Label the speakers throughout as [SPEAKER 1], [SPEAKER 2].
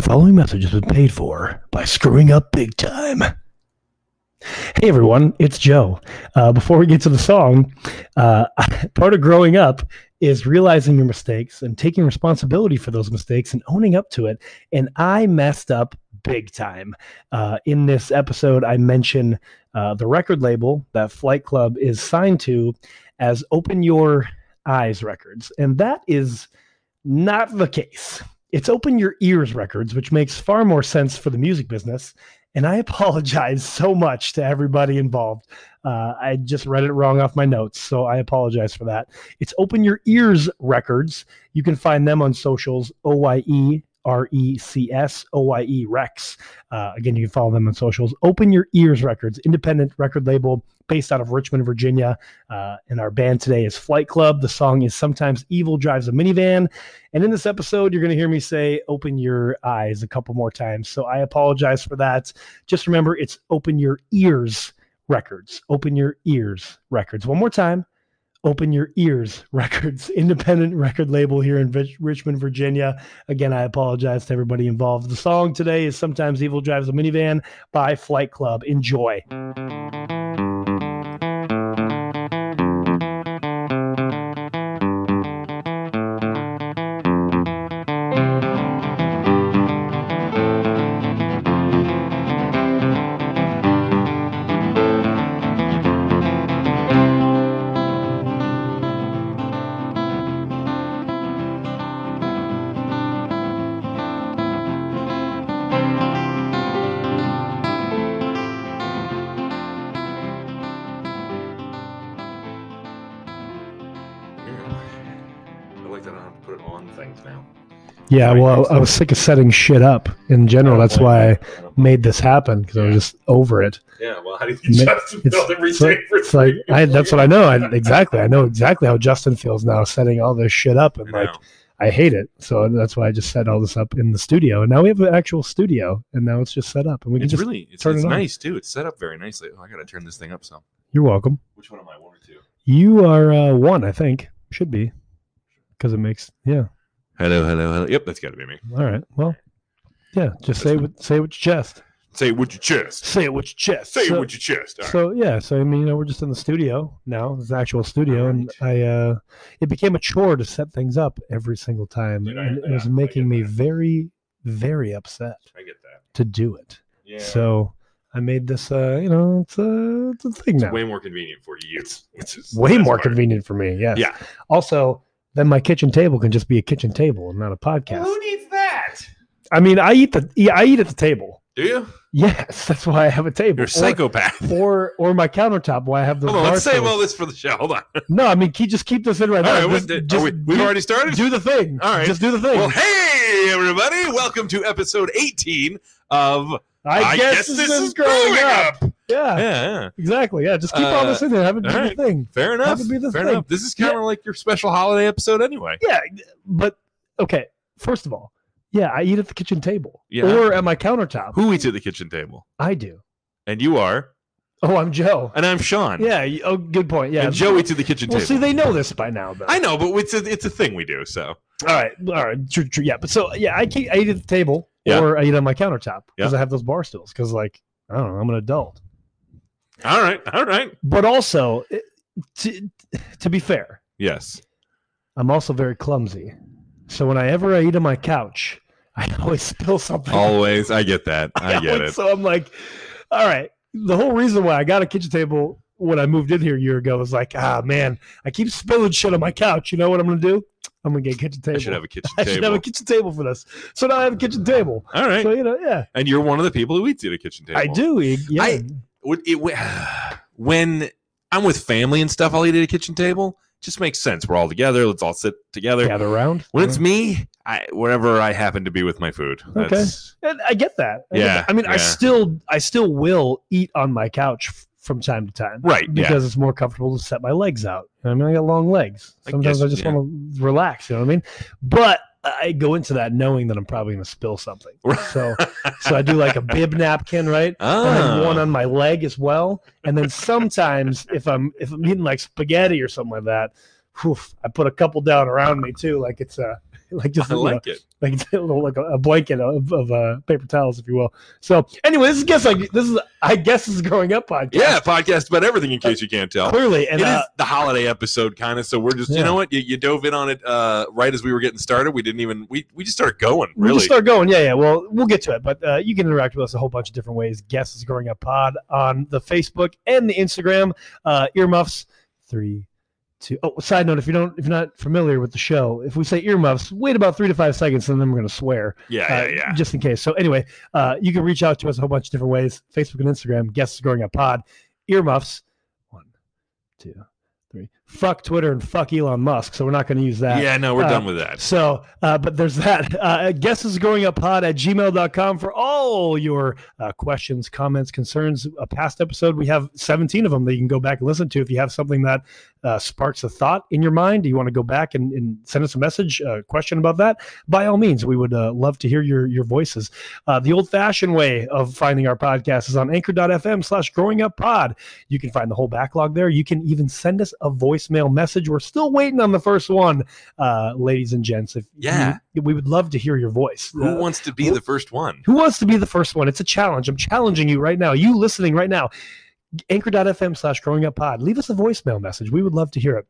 [SPEAKER 1] following message has been paid for by screwing up big time. Hey everyone, it's Joe. Uh, before we get to the song, uh, part of growing up is realizing your mistakes and taking responsibility for those mistakes and owning up to it. And I messed up big time. Uh, in this episode, I mention uh, the record label that Flight Club is signed to as Open Your Eyes Records. And that is not the case. It's Open Your Ears Records, which makes far more sense for the music business. And I apologize so much to everybody involved. Uh, I just read it wrong off my notes, so I apologize for that. It's Open Your Ears Records. You can find them on socials, O Y E R E C S O Y E Rex. Uh, again, you can follow them on socials. Open Your Ears Records, independent record label based out of Richmond, Virginia. Uh, and our band today is Flight Club. The song is Sometimes Evil Drives a Minivan. And in this episode, you're going to hear me say, Open Your Eyes a couple more times. So I apologize for that. Just remember, it's Open Your Ears Records. Open Your Ears Records. One more time. Open Your Ears Records, independent record label here in Rich- Richmond, Virginia. Again, I apologize to everybody involved. The song today is Sometimes Evil Drives a Minivan by Flight Club. Enjoy.
[SPEAKER 2] I like that I don't have to put it on things now.
[SPEAKER 1] Yeah,
[SPEAKER 2] Sorry,
[SPEAKER 1] well,
[SPEAKER 2] thanks.
[SPEAKER 1] I, I was sick of setting shit up in general. That's why I made this happen because I was just over it.
[SPEAKER 2] Yeah, well, how do you
[SPEAKER 1] Ma-
[SPEAKER 2] adjust to
[SPEAKER 1] it's-
[SPEAKER 2] build every
[SPEAKER 1] it's like-
[SPEAKER 2] day for
[SPEAKER 1] It's like I, that's what I know. I, exactly, I know exactly how Justin feels now, setting all this shit up, and
[SPEAKER 2] I
[SPEAKER 1] like
[SPEAKER 2] know.
[SPEAKER 1] I hate it. So that's why I just set all this up in the studio, and now we have an actual studio, and now it's just set up, and we can
[SPEAKER 2] It's
[SPEAKER 1] just.
[SPEAKER 2] really it's,
[SPEAKER 1] turn
[SPEAKER 2] it's
[SPEAKER 1] it on.
[SPEAKER 2] nice too. It's set up very nicely. Oh, I gotta turn this thing up some.
[SPEAKER 1] You're welcome.
[SPEAKER 2] Which one am I? One or two?
[SPEAKER 1] You are uh, one, I think. Should be, because it makes yeah.
[SPEAKER 2] Hello, hello, hello. Yep, that's gotta be me.
[SPEAKER 1] All right. Well, yeah. Just say what say what's chest.
[SPEAKER 2] Say it with your chest.
[SPEAKER 1] Say it what's chest.
[SPEAKER 2] Say it
[SPEAKER 1] So-
[SPEAKER 2] with your chest. All right.
[SPEAKER 1] So yeah, so I mean, you know, we're just in the studio now. It's an actual studio, and I uh, it became a chore to set things up every single time,
[SPEAKER 2] Dude, I-
[SPEAKER 1] and it
[SPEAKER 2] yeah,
[SPEAKER 1] was
[SPEAKER 2] I
[SPEAKER 1] making
[SPEAKER 2] get
[SPEAKER 1] me
[SPEAKER 2] that.
[SPEAKER 1] very, very upset
[SPEAKER 2] I get that.
[SPEAKER 1] to do it.
[SPEAKER 2] Yeah.
[SPEAKER 1] So I made this, uh, you know, it's a, it's a thing
[SPEAKER 2] it's
[SPEAKER 1] now.
[SPEAKER 2] way more convenient for you. which is the
[SPEAKER 1] Way
[SPEAKER 2] best
[SPEAKER 1] more
[SPEAKER 2] part.
[SPEAKER 1] convenient for me. Yes.
[SPEAKER 2] Yeah.
[SPEAKER 1] Also, then my kitchen table can just be a kitchen table and not a podcast.
[SPEAKER 2] Who needs that?
[SPEAKER 1] I mean, I eat the yeah, I eat at the table.
[SPEAKER 2] Do you?
[SPEAKER 1] Yes, that's why I have a table.
[SPEAKER 2] You're a psychopath.
[SPEAKER 1] Or, or my countertop. Why I have the
[SPEAKER 2] Hold on, let's
[SPEAKER 1] bar
[SPEAKER 2] save
[SPEAKER 1] stools.
[SPEAKER 2] all this for the show. Hold on.
[SPEAKER 1] No, I mean, keep, just keep this in right
[SPEAKER 2] All
[SPEAKER 1] now.
[SPEAKER 2] right, what
[SPEAKER 1] just,
[SPEAKER 2] the- are
[SPEAKER 1] just
[SPEAKER 2] we, we've
[SPEAKER 1] do,
[SPEAKER 2] already started.
[SPEAKER 1] do the thing.
[SPEAKER 2] All right.
[SPEAKER 1] just do the thing.
[SPEAKER 2] Well, hey everybody, welcome to episode 18 of
[SPEAKER 1] I, guess, this, is growing up. Yeah,
[SPEAKER 2] Yeah, yeah,
[SPEAKER 1] exactly. Yeah, just keep all this in there. Have it be
[SPEAKER 2] Uh, all
[SPEAKER 1] the
[SPEAKER 2] right.
[SPEAKER 1] thing.
[SPEAKER 2] fair enough.
[SPEAKER 1] Have it be the
[SPEAKER 2] fair
[SPEAKER 1] thing.
[SPEAKER 2] enough. This is kind of like your special holiday episode, anyway.
[SPEAKER 1] Yeah, but okay. First of all, yeah, I eat at the kitchen table
[SPEAKER 2] Yeah.
[SPEAKER 1] or at my countertop.
[SPEAKER 2] Who eats at the kitchen table?
[SPEAKER 1] I do.
[SPEAKER 2] And you are,
[SPEAKER 1] Oh, I'm Joe.
[SPEAKER 2] and I'm Sean.
[SPEAKER 1] Yeah. you- Oh, good point. Yeah.
[SPEAKER 2] and Joe eats at the kitchen
[SPEAKER 1] Well,
[SPEAKER 2] table.
[SPEAKER 1] see, they know this by now, though.
[SPEAKER 2] I know, but it's a it's a thing we do. So
[SPEAKER 1] All right, all right, true, true, yeah. But so yeah, I keep I eat at the table
[SPEAKER 2] Yeah.
[SPEAKER 1] or I eat on my countertop because
[SPEAKER 2] Yeah.
[SPEAKER 1] I have those bar stools. Because like I don't know, I'm an adult.
[SPEAKER 2] all right, all right.
[SPEAKER 1] But also, it- to to be fair,
[SPEAKER 2] Yes,
[SPEAKER 1] I'm also very clumsy. So whenever I eat on my couch, I always spill something.
[SPEAKER 2] always. I get that. Oh, I get it.
[SPEAKER 1] So I'm like, all right. The whole reason why I got a kitchen table when I moved in here a year ago was like, ah man, I keep spilling shit on my couch. You know what I'm gonna do? I'm gonna get a kitchen table.
[SPEAKER 2] I should have a kitchen
[SPEAKER 1] I
[SPEAKER 2] table.
[SPEAKER 1] should have a kitchen table for this. So now I have a kitchen table.
[SPEAKER 2] all right,
[SPEAKER 1] So you know, yeah,
[SPEAKER 2] and you're one of the people who eats at a kitchen table.
[SPEAKER 1] I do. eat- Yeah,
[SPEAKER 2] I- Would it would- when I'm with family and stuff, I'll eat at a kitchen table. Just makes sense. We're all together. Let's all sit together.
[SPEAKER 1] gather around.
[SPEAKER 2] When it's me, I wherever I happen to be with my food. That's,
[SPEAKER 1] And I get that. I get
[SPEAKER 2] Yeah,
[SPEAKER 1] that. I mean, I
[SPEAKER 2] yeah.
[SPEAKER 1] still, I still will eat on my couch f- from time to time.
[SPEAKER 2] Right. Yeah.
[SPEAKER 1] because it's more comfortable to set my legs out. I mean, I got long legs.
[SPEAKER 2] I
[SPEAKER 1] Sometimes I,
[SPEAKER 2] guess,
[SPEAKER 1] just
[SPEAKER 2] yeah.
[SPEAKER 1] want to relax. You know what I mean? But I go into that knowing that I'm probably going to spill something. So, so I do like a bib napkin, right? And then
[SPEAKER 2] Ah.
[SPEAKER 1] one on my leg as well. And then sometimes if I'm if I'm eating like spaghetti or something like that, whew, I put a couple down around me too, like it's a like just
[SPEAKER 2] I
[SPEAKER 1] you know,
[SPEAKER 2] like it.
[SPEAKER 1] like it's a little, like a, a blanket of, of uh, paper towels, if you will. So anyway, this is guess like this is I guess this is growing up podcast.
[SPEAKER 2] Yeah, podcast about everything in case you can't tell.
[SPEAKER 1] clearly, and
[SPEAKER 2] it
[SPEAKER 1] uh,
[SPEAKER 2] is the holiday episode kind of so we're just
[SPEAKER 1] Yeah.
[SPEAKER 2] you know what you, you dove in on it uh, right as we were getting started we didn't even we, we just started going
[SPEAKER 1] We'll
[SPEAKER 2] really
[SPEAKER 1] just start going. Yeah, yeah. Well, we'll get to it, but uh, you can interact with us a whole bunch of different ways. Guess is growing up pod on the Facebook and the Instagram. Uh, earmuffs three, two. Oh, side note: if you don't, if you're not familiar with the show, if we say earmuffs, wait about three to five seconds, and then we're gonna swear,
[SPEAKER 2] yeah
[SPEAKER 1] uh,
[SPEAKER 2] yeah yeah
[SPEAKER 1] just in case. So anyway, uh, you can reach out to us a whole bunch of different ways: Facebook and Instagram. Guess is growing up pod. Earmuffs one, two, three. Fuck Twitter and fuck Elon Musk. So we're not gonna use that.
[SPEAKER 2] yeah no we're
[SPEAKER 1] uh,
[SPEAKER 2] done with that
[SPEAKER 1] So, uh, but there's that. Uh, guesses going up pod at gmail.com for all your uh, questions, comments, concerns. A past episode, we have 17 of them that you can go back and listen to. If you have something that uh, sparks a thought in your mind, you want to go back and, and send us a message, a question about that, by all means, we would uh, love to hear your, your voices. Uh, the old fashioned way of finding our podcast is on anchor.fm slash growing up pod. You can find the whole backlog there. You can even send us a voicemail message. We're still waiting on the first one, uh, ladies and gents. If
[SPEAKER 2] Yeah.
[SPEAKER 1] we, we would love to hear your voice.
[SPEAKER 2] who
[SPEAKER 1] Uh,
[SPEAKER 2] wants to be
[SPEAKER 1] who-
[SPEAKER 2] the first one
[SPEAKER 1] who wants to be the first one? It's a challenge. I'm challenging you right now. You listening right now. Anchor.fm slash growing up pod. Leave us a voicemail message. We would love to hear it.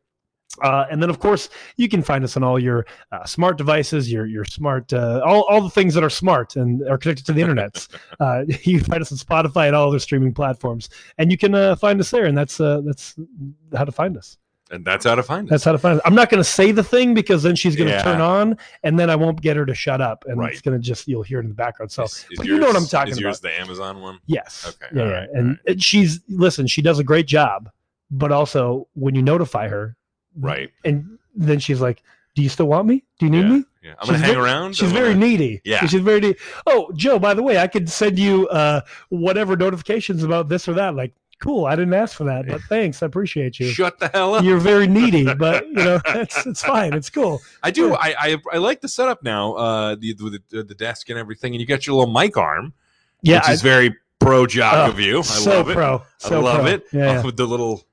[SPEAKER 1] Uh, and then, of course, you can find us on all your uh, smart devices, your your smart, uh, all, all the things that are smart and are connected to the internet. uh, you can find us on Spotify and all other streaming platforms, and you can uh, find us there. And that's uh, that's how to find us.
[SPEAKER 2] and that's how to find it
[SPEAKER 1] That's how to find us. I'm not going to say the thing because then she's going to
[SPEAKER 2] Yeah.
[SPEAKER 1] turn on, and then I won't get her to shut up, and
[SPEAKER 2] Right.
[SPEAKER 1] it's going to just you'll hear it in the background. So
[SPEAKER 2] Is- is
[SPEAKER 1] but you know what I'm
[SPEAKER 2] yours-
[SPEAKER 1] talking Mm-hmm.
[SPEAKER 2] is yours the amazon one
[SPEAKER 1] Yes.
[SPEAKER 2] Okay,
[SPEAKER 1] Yeah.
[SPEAKER 2] all
[SPEAKER 1] yeah.
[SPEAKER 2] right,
[SPEAKER 1] and
[SPEAKER 2] all right.
[SPEAKER 1] and she's listen. She does a great job, but also when you notify her,
[SPEAKER 2] right
[SPEAKER 1] and then she's like, "Do you still want me? Do you need
[SPEAKER 2] yeah,
[SPEAKER 1] me?"
[SPEAKER 2] yeah. i'm gonna
[SPEAKER 1] She's
[SPEAKER 2] hang
[SPEAKER 1] ve-
[SPEAKER 2] around
[SPEAKER 1] She's
[SPEAKER 2] I'm
[SPEAKER 1] very
[SPEAKER 2] gonna-
[SPEAKER 1] needy.
[SPEAKER 2] Yeah.
[SPEAKER 1] She's very needy. Oh, Joe, by the way, I could send you uh, whatever notifications about this or that. Like, cool. I didn't ask for that, but thanks. I appreciate you.
[SPEAKER 2] shut the hell up
[SPEAKER 1] You're very needy, but you know it's it's fine. It's cool.
[SPEAKER 2] i do I, I i like the setup now uh the the, the the desk and everything and you got your little mic arm
[SPEAKER 1] Yeah.
[SPEAKER 2] which
[SPEAKER 1] I-
[SPEAKER 2] is very pro jock
[SPEAKER 1] Oh,
[SPEAKER 2] of you i
[SPEAKER 1] so
[SPEAKER 2] love it
[SPEAKER 1] pro. So
[SPEAKER 2] i love
[SPEAKER 1] pro.
[SPEAKER 2] it
[SPEAKER 1] Yeah.
[SPEAKER 2] Off with the little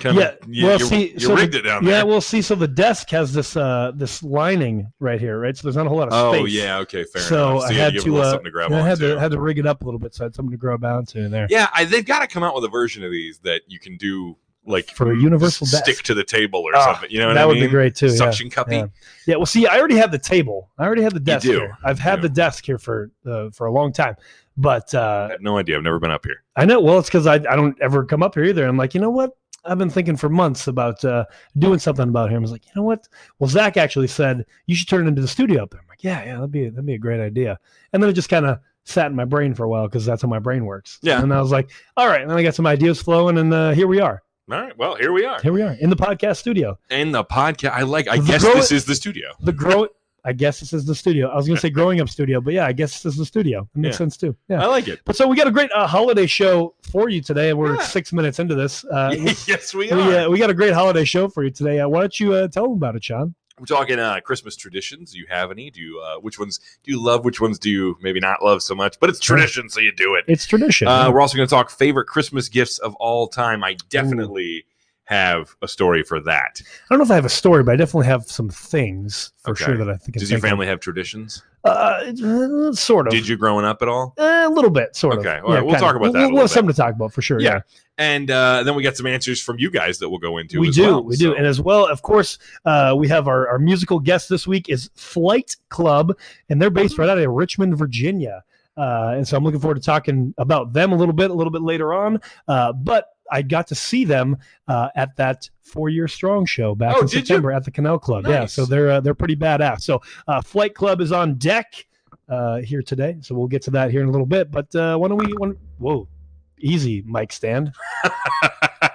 [SPEAKER 2] kind
[SPEAKER 1] Yeah,
[SPEAKER 2] of you,
[SPEAKER 1] well,
[SPEAKER 2] you,
[SPEAKER 1] see,
[SPEAKER 2] you
[SPEAKER 1] so the-
[SPEAKER 2] rigged it down
[SPEAKER 1] Yeah,
[SPEAKER 2] there
[SPEAKER 1] we'll see. So the desk has this uh this lining right here, right? So there's not a whole lot of
[SPEAKER 2] oh
[SPEAKER 1] space.
[SPEAKER 2] yeah okay fair
[SPEAKER 1] So
[SPEAKER 2] enough
[SPEAKER 1] I
[SPEAKER 2] so you
[SPEAKER 1] had
[SPEAKER 2] had to give it a
[SPEAKER 1] to,
[SPEAKER 2] little
[SPEAKER 1] uh,
[SPEAKER 2] something to grab
[SPEAKER 1] And I
[SPEAKER 2] on
[SPEAKER 1] had
[SPEAKER 2] to.
[SPEAKER 1] to had to rig it up a little bit, so I had something to grow down to in there.
[SPEAKER 2] Yeah, I, they've got to come out with a version of these that you can do like
[SPEAKER 1] For a universal
[SPEAKER 2] s- stick
[SPEAKER 1] desk.
[SPEAKER 2] to the table or
[SPEAKER 1] Ah,
[SPEAKER 2] something. You know what
[SPEAKER 1] that
[SPEAKER 2] I
[SPEAKER 1] would
[SPEAKER 2] mean?
[SPEAKER 1] be great too. Yeah.
[SPEAKER 2] Suction cuppy.
[SPEAKER 1] yeah. yeah. Well, see, I already had the table. I already had the desk.
[SPEAKER 2] do.
[SPEAKER 1] Here. I've had the
[SPEAKER 2] do.
[SPEAKER 1] desk here for uh, for a long time, but uh,
[SPEAKER 2] I have no idea. I've never been up here.
[SPEAKER 1] I know. Well, it's because I I don't ever come up here either. I'm like, you know what? I've been thinking for months about uh, doing something about him. I was like, you know what? Well, Zach actually said you should turn it into the studio up there. I'm like, yeah, yeah, that'd be that'd be a great idea. And then it just kind of sat in my brain for a while because that's how my brain works.
[SPEAKER 2] Yeah.
[SPEAKER 1] And I was like, all right. And then I got some ideas flowing, and uh, here we are.
[SPEAKER 2] All right. Well, here we are.
[SPEAKER 1] Here we are in the podcast studio.
[SPEAKER 2] And the podcast. I like. I
[SPEAKER 1] The
[SPEAKER 2] guess
[SPEAKER 1] grow-
[SPEAKER 2] this is the studio.
[SPEAKER 1] The grow. I guess this is the studio. I was gonna say growing up studio, but yeah, I guess this is the studio. It makes
[SPEAKER 2] Yeah. Uh,
[SPEAKER 1] sense too. Yeah.
[SPEAKER 2] I like it.
[SPEAKER 1] But so we got a great uh, holiday show for you today, and we're
[SPEAKER 2] Yeah.
[SPEAKER 1] six minutes into this. Uh,
[SPEAKER 2] yes, we
[SPEAKER 1] we,
[SPEAKER 2] are.
[SPEAKER 1] uh, we got a great holiday show for you today. Uh, why don't you uh, tell them about it, Sean?
[SPEAKER 2] We're talking uh, Christmas traditions. Do you have any? Do you, uh, which ones do you love? Which ones do you maybe not love so much? But it's
[SPEAKER 1] Sure.
[SPEAKER 2] tradition, so you do it.
[SPEAKER 1] It's tradition.
[SPEAKER 2] Uh, we're also going to talk favorite Christmas gifts of all time. I definitely have a story for that.
[SPEAKER 1] I don't know if I have a story, but I definitely have some things for
[SPEAKER 2] Okay.
[SPEAKER 1] sure that I think.
[SPEAKER 2] Does your family have traditions?
[SPEAKER 1] Uh, sort of.
[SPEAKER 2] Did you growing up at all?
[SPEAKER 1] Uh, a little bit, sort
[SPEAKER 2] Okay,
[SPEAKER 1] of.
[SPEAKER 2] all right, we'll
[SPEAKER 1] kind
[SPEAKER 2] talk
[SPEAKER 1] of.
[SPEAKER 2] about that
[SPEAKER 1] We'll,
[SPEAKER 2] a
[SPEAKER 1] we'll
[SPEAKER 2] little
[SPEAKER 1] have something to talk about for sure.
[SPEAKER 2] Yeah,
[SPEAKER 1] Yeah,
[SPEAKER 2] And uh, then we got some answers from you guys that we'll go into.
[SPEAKER 1] we
[SPEAKER 2] as
[SPEAKER 1] do,
[SPEAKER 2] well,
[SPEAKER 1] we
[SPEAKER 2] so-
[SPEAKER 1] do, and as well, of course, uh, we have our, our musical guest this week is Flight Club, and they're based right out of Richmond, Virginia. Uh, and so I'm looking forward to talking about them a little bit, a little bit later on. Uh, but I got to see them uh, at that four year strong show back
[SPEAKER 2] Oh,
[SPEAKER 1] in
[SPEAKER 2] did you?
[SPEAKER 1] September at the Canal Club. Yeah, so
[SPEAKER 2] Nice.
[SPEAKER 1] they're uh, they're pretty badass. So uh, Flight Club is on deck uh, here today, so we'll get to that here in a little bit. But uh, why don't we? When, whoa, easy, mic stand.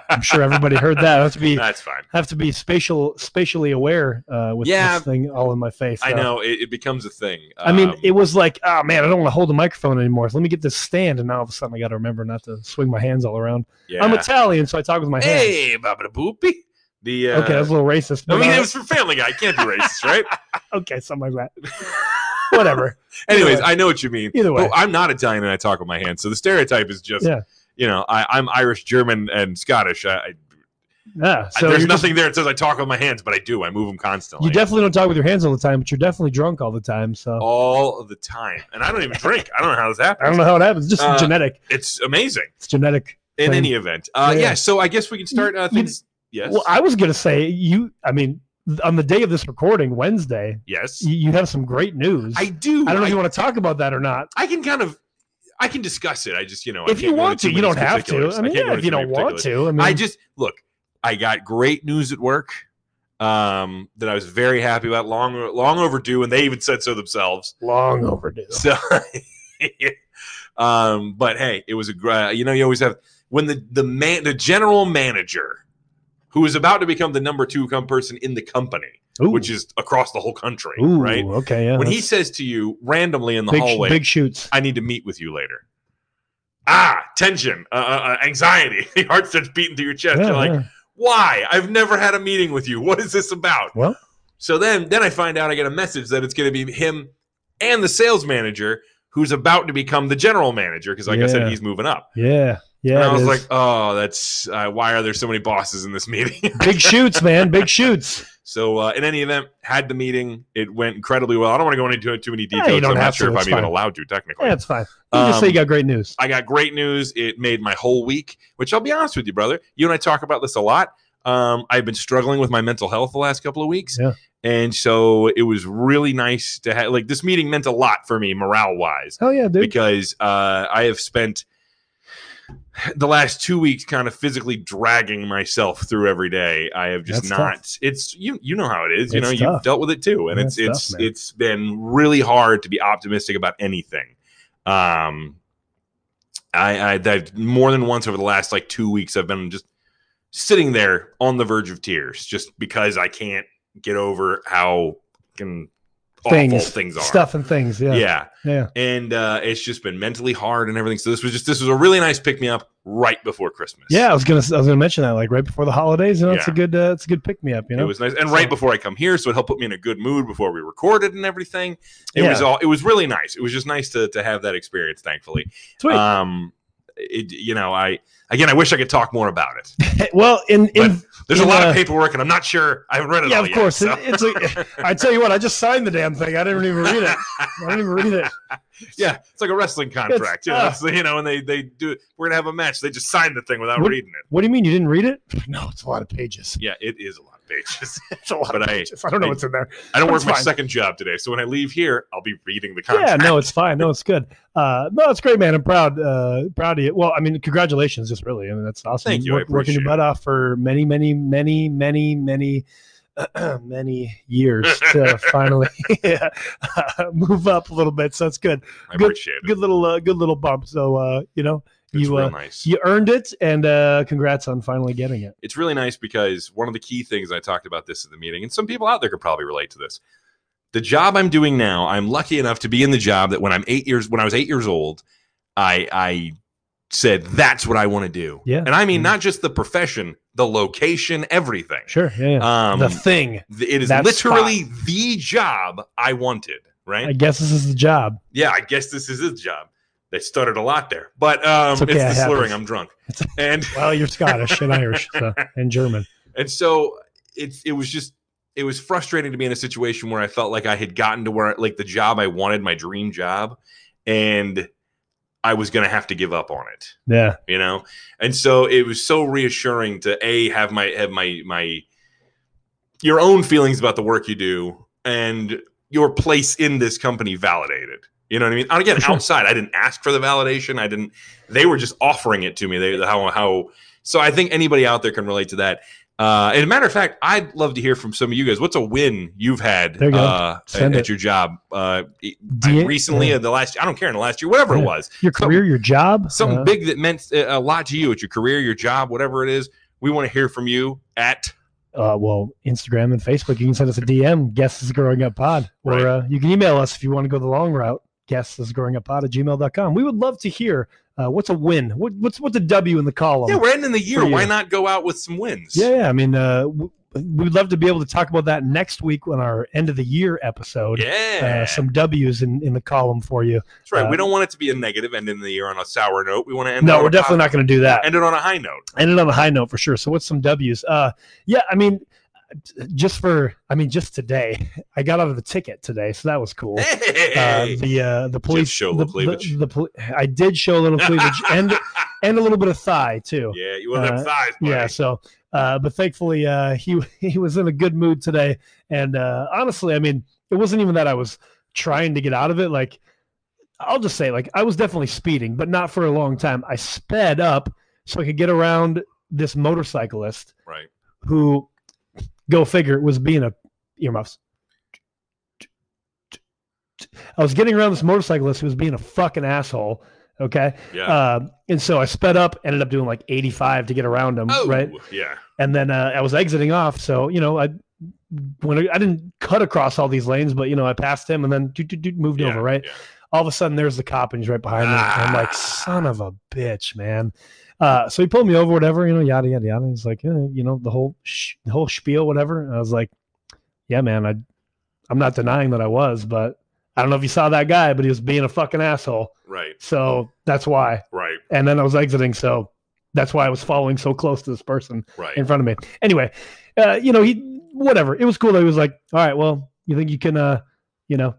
[SPEAKER 1] I'm sure everybody heard that. I have to be
[SPEAKER 2] That's fine.
[SPEAKER 1] have to be spatial spatially aware uh, with
[SPEAKER 2] Yeah.
[SPEAKER 1] this thing all in my face.
[SPEAKER 2] I
[SPEAKER 1] now.
[SPEAKER 2] know it, it becomes a thing.
[SPEAKER 1] I mean,
[SPEAKER 2] Um,
[SPEAKER 1] it was like, oh man, I don't want to hold the microphone anymore. So let me get this stand, and now all of a sudden I got to remember not to swing my hands all around.
[SPEAKER 2] yeah.
[SPEAKER 1] I'm Italian, so I talk with my hands.
[SPEAKER 2] hey, Baba Boopy. The uh,
[SPEAKER 1] Okay, that's a little racist.
[SPEAKER 2] I
[SPEAKER 1] but,
[SPEAKER 2] mean,
[SPEAKER 1] uh,
[SPEAKER 2] it was from Family Guy. It Can't be racist, right?
[SPEAKER 1] okay, something like that. Whatever.
[SPEAKER 2] Anyways,
[SPEAKER 1] Either way.
[SPEAKER 2] I know what you mean.
[SPEAKER 1] Either way,
[SPEAKER 2] But I'm not Italian and I talk with my hands, so the stereotype is just,
[SPEAKER 1] Yeah.
[SPEAKER 2] you know, I, I'm Irish, German, and Scottish. I, I,
[SPEAKER 1] Yeah. So
[SPEAKER 2] there's
[SPEAKER 1] you're just-
[SPEAKER 2] nothing there that says I talk with my hands, but I do. I move them constantly.
[SPEAKER 1] you definitely don't talk with your hands all the time, but you're definitely drunk all the time. So
[SPEAKER 2] all the time, and I don't even drink. I don't know how this
[SPEAKER 1] I don't
[SPEAKER 2] happens.
[SPEAKER 1] know how it happens. It's just
[SPEAKER 2] Uh,
[SPEAKER 1] genetic.
[SPEAKER 2] It's amazing.
[SPEAKER 1] It's genetic.
[SPEAKER 2] In
[SPEAKER 1] Same.
[SPEAKER 2] any event, uh,
[SPEAKER 1] Yeah,
[SPEAKER 2] yeah,
[SPEAKER 1] yeah.
[SPEAKER 2] So I guess we can start uh,
[SPEAKER 1] You-
[SPEAKER 2] things. Yes.
[SPEAKER 1] Well, I was gonna say you. I mean, th- on the day of this recording, Wednesday,
[SPEAKER 2] yes.
[SPEAKER 1] you, you have some great news.
[SPEAKER 2] I do.
[SPEAKER 1] I don't know if you
[SPEAKER 2] I,
[SPEAKER 1] want to talk about that or not.
[SPEAKER 2] I can kind of. I can discuss it. I just, you know, Oh, I
[SPEAKER 1] if
[SPEAKER 2] can't
[SPEAKER 1] you
[SPEAKER 2] go into
[SPEAKER 1] want to,
[SPEAKER 2] too
[SPEAKER 1] you
[SPEAKER 2] many
[SPEAKER 1] don't have to.
[SPEAKER 2] particulars.
[SPEAKER 1] I mean,
[SPEAKER 2] can't go
[SPEAKER 1] yeah,
[SPEAKER 2] into
[SPEAKER 1] if you
[SPEAKER 2] too many
[SPEAKER 1] don't want
[SPEAKER 2] particulars.
[SPEAKER 1] to, I mean,
[SPEAKER 2] I just look. I got great news at work um, that I was very happy about, long long overdue, and they even said so themselves.
[SPEAKER 1] long overdue.
[SPEAKER 2] So, um, but hey, it was a gr- uh, you know you always have when the the man the general manager who is about to become the number two come person in the company,
[SPEAKER 1] Ooh.
[SPEAKER 2] which is across the whole country,
[SPEAKER 1] Ooh,
[SPEAKER 2] right?
[SPEAKER 1] Okay, yeah.
[SPEAKER 2] When he
[SPEAKER 1] that's
[SPEAKER 2] says to you randomly in the
[SPEAKER 1] big, sh-
[SPEAKER 2] hallway,
[SPEAKER 1] big shoots.
[SPEAKER 2] I need to meet with you later. Ah, tension, uh, uh, uh, anxiety. Your heart starts beating through your chest.
[SPEAKER 1] Yeah,
[SPEAKER 2] You're like,
[SPEAKER 1] yeah.
[SPEAKER 2] why? I've never had a meeting with you. What is this about?
[SPEAKER 1] Well-
[SPEAKER 2] so then, then I find out I get a message that it's going to be him and the sales manager who's about to become the general manager because, like I
[SPEAKER 1] Yeah.
[SPEAKER 2] said, he's moving up.
[SPEAKER 1] yeah, yeah.
[SPEAKER 2] and I
[SPEAKER 1] it
[SPEAKER 2] was
[SPEAKER 1] is.
[SPEAKER 2] like, oh, that's uh, why are there so many bosses in this meeting?
[SPEAKER 1] big shoots, man, big shoots.
[SPEAKER 2] so, uh, in any event, had the meeting. It went incredibly well. I don't want to go into too many
[SPEAKER 1] Yeah, you
[SPEAKER 2] details. 'cause
[SPEAKER 1] don't
[SPEAKER 2] I'm
[SPEAKER 1] have
[SPEAKER 2] not
[SPEAKER 1] to.
[SPEAKER 2] sure if
[SPEAKER 1] It's
[SPEAKER 2] I'm even
[SPEAKER 1] fine.
[SPEAKER 2] allowed to technically.
[SPEAKER 1] Yeah, it's fine. You just say
[SPEAKER 2] Um,
[SPEAKER 1] you got great news.
[SPEAKER 2] I got great news. It made my whole week, which I'll be honest with you, brother. You and I talk about this a lot. Um, I've been struggling with my mental health the last couple of weeks.
[SPEAKER 1] Yeah.
[SPEAKER 2] And so it was really nice to have, like, this meeting meant a lot for me morale wise
[SPEAKER 1] Hell Oh, yeah, dude.
[SPEAKER 2] because uh, I have spent the last two weeks kind of physically dragging myself through every day. I have just
[SPEAKER 1] That's
[SPEAKER 2] not. It's you. You know how it is. You
[SPEAKER 1] It's
[SPEAKER 2] know
[SPEAKER 1] tough.
[SPEAKER 2] you've dealt with it too, and
[SPEAKER 1] Yeah,
[SPEAKER 2] it's
[SPEAKER 1] it's tough,
[SPEAKER 2] it's
[SPEAKER 1] man.
[SPEAKER 2] it's been really hard to be optimistic about anything. Um, I, I I've more than once over the last like two weeks I've been just sitting there on the verge of tears just because I can't get over how fucking awful
[SPEAKER 1] Things,
[SPEAKER 2] things are.
[SPEAKER 1] Stuff and things. Yeah, yeah.
[SPEAKER 2] yeah and uh, it's just been mentally hard and everything. So this was just this was a really nice pick me up right before Christmas.
[SPEAKER 1] Yeah, I was gonna, I was gonna mention that, like right before the holidays. You know, it's a
[SPEAKER 2] Yeah.
[SPEAKER 1] good, uh, it's a good pick me up. You know,
[SPEAKER 2] it was nice, and
[SPEAKER 1] So-
[SPEAKER 2] right before I come here, so it helped put me in a good mood before we recorded and everything. It was
[SPEAKER 1] Yeah.
[SPEAKER 2] all it was really nice. It was just nice to to have that experience. Thankfully,
[SPEAKER 1] sweet.
[SPEAKER 2] um, it, you know, I again, I wish I could talk more about it.
[SPEAKER 1] Hey, well, in, in
[SPEAKER 2] There's
[SPEAKER 1] In,
[SPEAKER 2] a lot
[SPEAKER 1] uh,
[SPEAKER 2] of paperwork, and I'm not sure I haven't read it.
[SPEAKER 1] yeah,
[SPEAKER 2] all
[SPEAKER 1] of
[SPEAKER 2] yet,
[SPEAKER 1] course,
[SPEAKER 2] oh, so-
[SPEAKER 1] it, it's a. I tell you what, I just signed the damn thing. I didn't even read it. I didn't even read it.
[SPEAKER 2] yeah, it's like a wrestling contract. You know,
[SPEAKER 1] uh,
[SPEAKER 2] so, you know, and they they do. it. We're gonna have a match. They just signed the thing without
[SPEAKER 1] What-
[SPEAKER 2] reading it.
[SPEAKER 1] What do you mean you didn't read it? No, it's a lot of pages.
[SPEAKER 2] Yeah, it is a lot of pages.
[SPEAKER 1] It's a lot
[SPEAKER 2] But
[SPEAKER 1] of
[SPEAKER 2] I-
[SPEAKER 1] pages. I don't know
[SPEAKER 2] I-
[SPEAKER 1] what's in there.
[SPEAKER 2] I don't
[SPEAKER 1] But
[SPEAKER 2] work
[SPEAKER 1] it's
[SPEAKER 2] my
[SPEAKER 1] fine.
[SPEAKER 2] second job today, so when I leave here, I'll be reading the
[SPEAKER 1] Yeah,
[SPEAKER 2] contract.
[SPEAKER 1] no, it's fine. No, it's good. Uh, no, it's great, man. I'm proud. Uh, proud of you. Well, I mean, congratulations, just really. I mean, that's awesome.
[SPEAKER 2] Thank you. I
[SPEAKER 1] working your
[SPEAKER 2] appreciate
[SPEAKER 1] butt off for many, many, many, many, many, many years to finally yeah, uh, move up a little bit. So it's good.
[SPEAKER 2] I
[SPEAKER 1] Good-
[SPEAKER 2] appreciate it.
[SPEAKER 1] Good little, uh, good little bump. So uh, you know,
[SPEAKER 2] It's
[SPEAKER 1] you
[SPEAKER 2] real
[SPEAKER 1] uh,
[SPEAKER 2] nice.
[SPEAKER 1] you earned it, and uh, congrats on finally getting it.
[SPEAKER 2] It's really nice because one of the key things I talked about this at the meeting, and some people out there could probably relate to this. The job I'm doing now, I'm lucky enough to be in the job that when I'm eight years when I was eight years old, I I said that's what I want to do.
[SPEAKER 1] Yeah.
[SPEAKER 2] And I mean
[SPEAKER 1] Mhm.
[SPEAKER 2] not just the profession, the location, everything.
[SPEAKER 1] Sure. Yeah. yeah.
[SPEAKER 2] Um
[SPEAKER 1] the thing.
[SPEAKER 2] th- it is
[SPEAKER 1] that
[SPEAKER 2] literally the job I wanted, right?
[SPEAKER 1] I guess this is the job.
[SPEAKER 2] yeah, I guess this is his job. They stuttered a lot there, but um,
[SPEAKER 1] It's
[SPEAKER 2] it's,
[SPEAKER 1] okay, it
[SPEAKER 2] the slurring.
[SPEAKER 1] happens.
[SPEAKER 2] I'm drunk, and
[SPEAKER 1] Well, you're Scottish and Irish so, and German.
[SPEAKER 2] and so it's it was just it was frustrating to be in a situation where I felt like I had gotten to where like the job I wanted, my dream job, and I was gonna have to give up on it,
[SPEAKER 1] Yeah.
[SPEAKER 2] you know. And so it was so reassuring to a have my have my my your own feelings about the work you do and your place in this company validated. You know what I mean? And again,
[SPEAKER 1] Sure.
[SPEAKER 2] outside, I didn't ask for the validation. I didn't. They were just offering it to me. They how how. So I think anybody out there can relate to that. Uh, and a matter of fact, I'd love to hear from some of you guys. What's a win you've had
[SPEAKER 1] There you go.
[SPEAKER 2] uh, at,
[SPEAKER 1] Send it.
[SPEAKER 2] at your job uh,
[SPEAKER 1] D-
[SPEAKER 2] recently? uh,
[SPEAKER 1] yeah.
[SPEAKER 2] In the last, I don't care, in the last year, whatever
[SPEAKER 1] Yeah.
[SPEAKER 2] it was
[SPEAKER 1] your
[SPEAKER 2] some-
[SPEAKER 1] career, your job,
[SPEAKER 2] something
[SPEAKER 1] uh,
[SPEAKER 2] big that meant a a lot to you at your career, your job, whatever it is. We want to hear from you at
[SPEAKER 1] Uh, well, Instagram and Facebook. You can send us a DM. Guess is growing up pod, or
[SPEAKER 2] Right.
[SPEAKER 1] uh, you can email us if you want to go the long route. Guess is growing up pod at gmail.com. We would love to hear uh, what's a win. What, what's what's a W in the column?
[SPEAKER 2] yeah. We're ending the year.
[SPEAKER 1] for you.
[SPEAKER 2] Why not go out with some wins?
[SPEAKER 1] yeah, yeah. I mean, uh, w- we'd love to be able to talk about that next week on our end of the year episode.
[SPEAKER 2] Yeah,
[SPEAKER 1] Uh, some W's in, in the column for you.
[SPEAKER 2] that's right. we
[SPEAKER 1] uh,
[SPEAKER 2] don't want it to be a negative end in the year on a sour note. We want to end.
[SPEAKER 1] No, we're definitely not going to do that.
[SPEAKER 2] end it on a high note.
[SPEAKER 1] Ended on a high note for sure. So what's some W's? Uh, yeah, I mean, just for I mean, just today, I got out of the ticket today, so that was cool.
[SPEAKER 2] Hey!
[SPEAKER 1] Uh, the uh, the police
[SPEAKER 2] show a
[SPEAKER 1] the,
[SPEAKER 2] little cleavage.
[SPEAKER 1] The, the poli- I did show a little cleavage and and a little bit of thigh too.
[SPEAKER 2] yeah, you want to
[SPEAKER 1] uh,
[SPEAKER 2] have thighs? buddy.
[SPEAKER 1] Yeah, so uh, but thankfully uh, he he was in a good mood today, and uh, honestly, I mean, it wasn't even that I was trying to get out of it. Like, I'll just say, like, I was definitely speeding, but not for a long time. I sped up so I could get around this motorcyclist
[SPEAKER 2] right.
[SPEAKER 1] who, go figure, was being a earmuffs. I was getting around this motorcyclist who was being a fucking asshole. Okay.
[SPEAKER 2] Yeah.
[SPEAKER 1] Uh, and so I sped up, ended up doing like 85 to get around him.
[SPEAKER 2] oh,
[SPEAKER 1] Right
[SPEAKER 2] Yeah.
[SPEAKER 1] and then uh, I was exiting off. So you know, I when I, I didn't cut across all these lanes, but you know, I passed him and then doot, doot, doot, moved
[SPEAKER 2] yeah,
[SPEAKER 1] over. Right,
[SPEAKER 2] yeah.
[SPEAKER 1] all of a sudden, there's the cop and he's right behind me. And I'm like, son of a bitch, man. Uh, so he pulled me over, whatever, you know, yada yada yada. He's like, eh, you know, the whole sh- the whole spiel, whatever. And I was like, yeah, man, I I'm not denying that I was, but I don't know if you saw that guy, but he was being a fucking asshole.
[SPEAKER 2] Right.
[SPEAKER 1] So that's why.
[SPEAKER 2] Right.
[SPEAKER 1] And then I was exiting, so that's why I was following so close to this person
[SPEAKER 2] Right.
[SPEAKER 1] in front of me. Anyway, uh, you know, he whatever. It was cool that he was like, "All right, well, you think you can, uh, you know,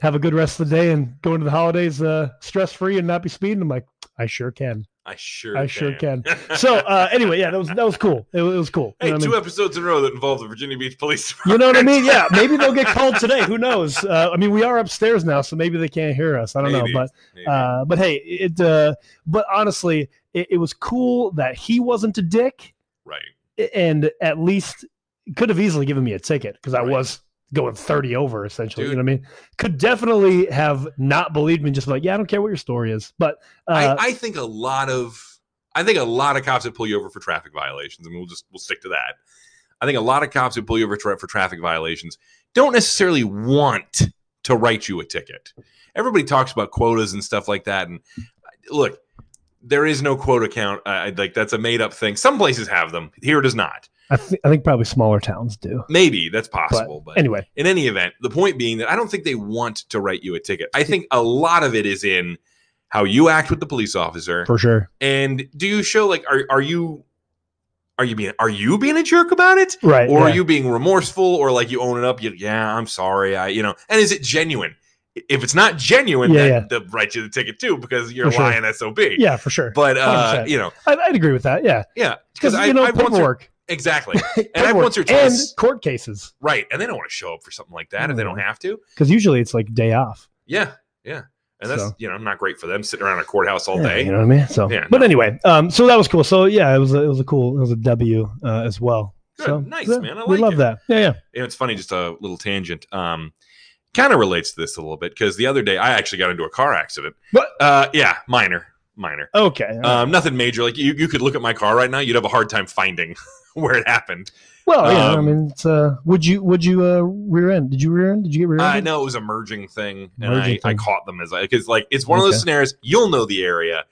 [SPEAKER 1] have a good rest of the day and go into the holidays uh, stress free and not be speeding?" I'm like, "I sure can."
[SPEAKER 2] I sure.
[SPEAKER 1] I sure So uh, anyway, yeah, that was that was cool. It, wa- it was cool.
[SPEAKER 2] Hey,
[SPEAKER 1] you know what I
[SPEAKER 2] two
[SPEAKER 1] mean?
[SPEAKER 2] episodes in a row that involve the Virginia Beach Police.
[SPEAKER 1] You know what I mean? Yeah, maybe they'll get called today. Who knows? Uh, I mean, we are upstairs now, so maybe they can't hear us. I don't
[SPEAKER 2] Maybe.
[SPEAKER 1] know, but
[SPEAKER 2] Maybe.
[SPEAKER 1] uh, but hey, it. Uh, but honestly, it, it was cool that he wasn't a dick.
[SPEAKER 2] right.
[SPEAKER 1] and at least could have easily given me a ticket because I
[SPEAKER 2] Right.
[SPEAKER 1] was going 30 over essentially.
[SPEAKER 2] Dude.
[SPEAKER 1] You know what I mean? Could definitely have not believed me, and just like, yeah, I don't care what your story is. But uh,
[SPEAKER 2] I, I think a lot of I think a lot of cops that pull you over for traffic violations, and we'll just we'll stick to that. I think a lot of cops that pull you over tra- for traffic violations don't necessarily want to write you a ticket. Everybody talks about quotas and stuff like that, and uh, look, there is no quota count. I, I- like that's a made up thing. Some places have them. Here it is not.
[SPEAKER 1] I, thi- I think probably smaller towns do.
[SPEAKER 2] Maybe that's possible, but,
[SPEAKER 1] Anyway,
[SPEAKER 2] in any event, the point being that I don't think they want to write you a ticket. I think a lot of it is in how you act with the police officer
[SPEAKER 1] for sure.
[SPEAKER 2] and do you show like are are you are you being are you being a jerk about it?
[SPEAKER 1] Right.
[SPEAKER 2] Or are
[SPEAKER 1] Uh, yeah.
[SPEAKER 2] you being remorseful or like you own it up? You, yeah, I'm sorry. I you know, and is it genuine? If it's not genuine,
[SPEAKER 1] Yeah,
[SPEAKER 2] then
[SPEAKER 1] yeah.
[SPEAKER 2] they'll write you the ticket too because you're
[SPEAKER 1] For sure.
[SPEAKER 2] lying SOB.
[SPEAKER 1] Yeah, for sure.
[SPEAKER 2] But uh,
[SPEAKER 1] 100%.
[SPEAKER 2] you know,
[SPEAKER 1] I, I'd agree with that. Yeah.
[SPEAKER 2] yeah,
[SPEAKER 1] Because,
[SPEAKER 2] because I,
[SPEAKER 1] you know,
[SPEAKER 2] I once or-
[SPEAKER 1] paperwork.
[SPEAKER 2] exactly, and I
[SPEAKER 1] paperwork
[SPEAKER 2] once or
[SPEAKER 1] and
[SPEAKER 2] twice,
[SPEAKER 1] court cases.
[SPEAKER 2] right, and they don't want to show up for something like that if they don't
[SPEAKER 1] Mhm.
[SPEAKER 2] have to.
[SPEAKER 1] Because usually it's like day off.
[SPEAKER 2] Yeah, yeah, and that's
[SPEAKER 1] So.
[SPEAKER 2] you know not great for them sitting around a courthouse all
[SPEAKER 1] Yeah,
[SPEAKER 2] day.
[SPEAKER 1] You know what I mean? So,
[SPEAKER 2] Yeah,
[SPEAKER 1] but anyway, um, so that was cool. So yeah, it was a, it was a cool, it was a W uh, as well.
[SPEAKER 2] Good.
[SPEAKER 1] So,
[SPEAKER 2] Nice,
[SPEAKER 1] yeah,
[SPEAKER 2] man. I
[SPEAKER 1] we
[SPEAKER 2] like
[SPEAKER 1] love
[SPEAKER 2] it.
[SPEAKER 1] that. Yeah, yeah.
[SPEAKER 2] you know, it's funny, just a little tangent. Um, kind of relates to this a little bit because the other day I actually got into a car accident.
[SPEAKER 1] What?
[SPEAKER 2] Uh, yeah, minor, minor.
[SPEAKER 1] Okay.
[SPEAKER 2] Um, nothing major. Like you, you could look at my car right now. You'd have a hard time finding where it happened.
[SPEAKER 1] Well, yeah, I
[SPEAKER 2] Um,
[SPEAKER 1] mean, it's, uh, would you would you uh, rear end? Did you rear end? Did you get rear
[SPEAKER 2] I
[SPEAKER 1] ended?
[SPEAKER 2] know it was a merging thing, and I,
[SPEAKER 1] Merging
[SPEAKER 2] I
[SPEAKER 1] thing.
[SPEAKER 2] caught them as I because like it's one of
[SPEAKER 1] Okay.
[SPEAKER 2] those scenarios. You'll know the area.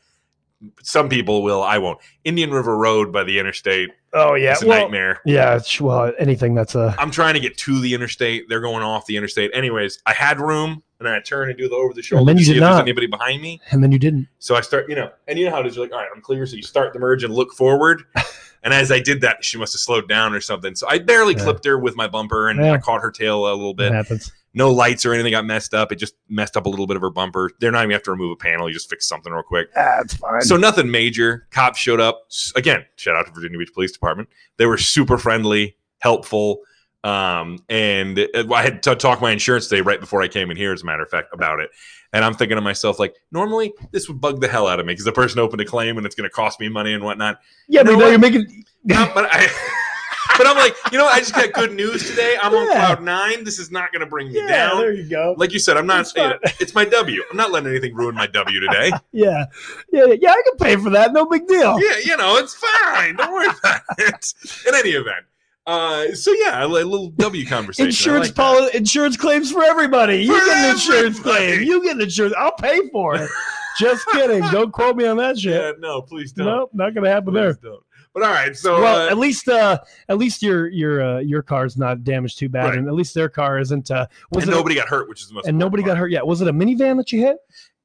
[SPEAKER 2] Some people will. I won't. Indian River Road by the interstate.
[SPEAKER 1] Oh yeah,
[SPEAKER 2] it's a
[SPEAKER 1] well,
[SPEAKER 2] nightmare.
[SPEAKER 1] yeah. it's- Well, anything that's uh, a
[SPEAKER 2] I'm trying to get to the interstate. They're going off the interstate. Anyways, I had room, and I turn and do the over the shoulder.
[SPEAKER 1] And then
[SPEAKER 2] to
[SPEAKER 1] you
[SPEAKER 2] see
[SPEAKER 1] did
[SPEAKER 2] if there's
[SPEAKER 1] not.
[SPEAKER 2] anybody behind me.
[SPEAKER 1] and then you didn't.
[SPEAKER 2] So I start, you know, and you know how it is. You're like, all right, I'm clear. So you start the merge and look forward. And as I did that, she must have slowed down or something. So I barely
[SPEAKER 1] Yeah.
[SPEAKER 2] clipped her with my bumper and I
[SPEAKER 1] Yeah.
[SPEAKER 2] caught her tail a little
[SPEAKER 1] That
[SPEAKER 2] bit.
[SPEAKER 1] happens.
[SPEAKER 2] No lights or anything got messed up. It just messed up a little bit of her bumper. They're not even have to remove a panel. You just fix something real quick.
[SPEAKER 1] That's Ah, fine.
[SPEAKER 2] So nothing major. Cops showed up. S- Again, shout out to Virginia Beach Police Department. They were super friendly, helpful. Um, and uh, I had to talk my insurance today right before I came in here, as a matter of fact, about it. And I'm thinking to myself, like, normally this would bug the hell out of me because the person opened a claim and it's going to cost me money and whatnot.
[SPEAKER 1] yeah, but
[SPEAKER 2] you know
[SPEAKER 1] now
[SPEAKER 2] what?
[SPEAKER 1] you're making.
[SPEAKER 2] Um, but I. But I'm like, you know, what? I just got good news today. I'm on
[SPEAKER 1] Yeah.
[SPEAKER 2] cloud nine. This is not going to bring me
[SPEAKER 1] Yeah,
[SPEAKER 2] down.
[SPEAKER 1] there you go.
[SPEAKER 2] Like you said, I'm not.
[SPEAKER 1] It's not-
[SPEAKER 2] it's my W. I'm not letting anything ruin my W today.
[SPEAKER 1] yeah, yeah, yeah, yeah. I can pay for that. No big deal.
[SPEAKER 2] yeah, you know, it's fine. Don't worry about it. In any event, uh, so yeah, a li- little W conversation. I
[SPEAKER 1] Insurance
[SPEAKER 2] like that.
[SPEAKER 1] poli- insurance claims for everybody. You
[SPEAKER 2] For
[SPEAKER 1] get an insurance claim.
[SPEAKER 2] everybody.
[SPEAKER 1] You get an insurance. I'll pay for it. Just kidding. Don't quote me on that shit.
[SPEAKER 2] Yeah, no, please don't.
[SPEAKER 1] nope, not gonna happen
[SPEAKER 2] Please
[SPEAKER 1] there.
[SPEAKER 2] don't. But all right, so
[SPEAKER 1] well,
[SPEAKER 2] uh,
[SPEAKER 1] at least uh, at least your your uh, your car's not damaged too bad,
[SPEAKER 2] Right.
[SPEAKER 1] and at least their car isn't. Uh, was
[SPEAKER 2] and
[SPEAKER 1] it a-
[SPEAKER 2] nobody got hurt, which is the most.
[SPEAKER 1] and nobody got hurt yet. Was it a minivan that you hit?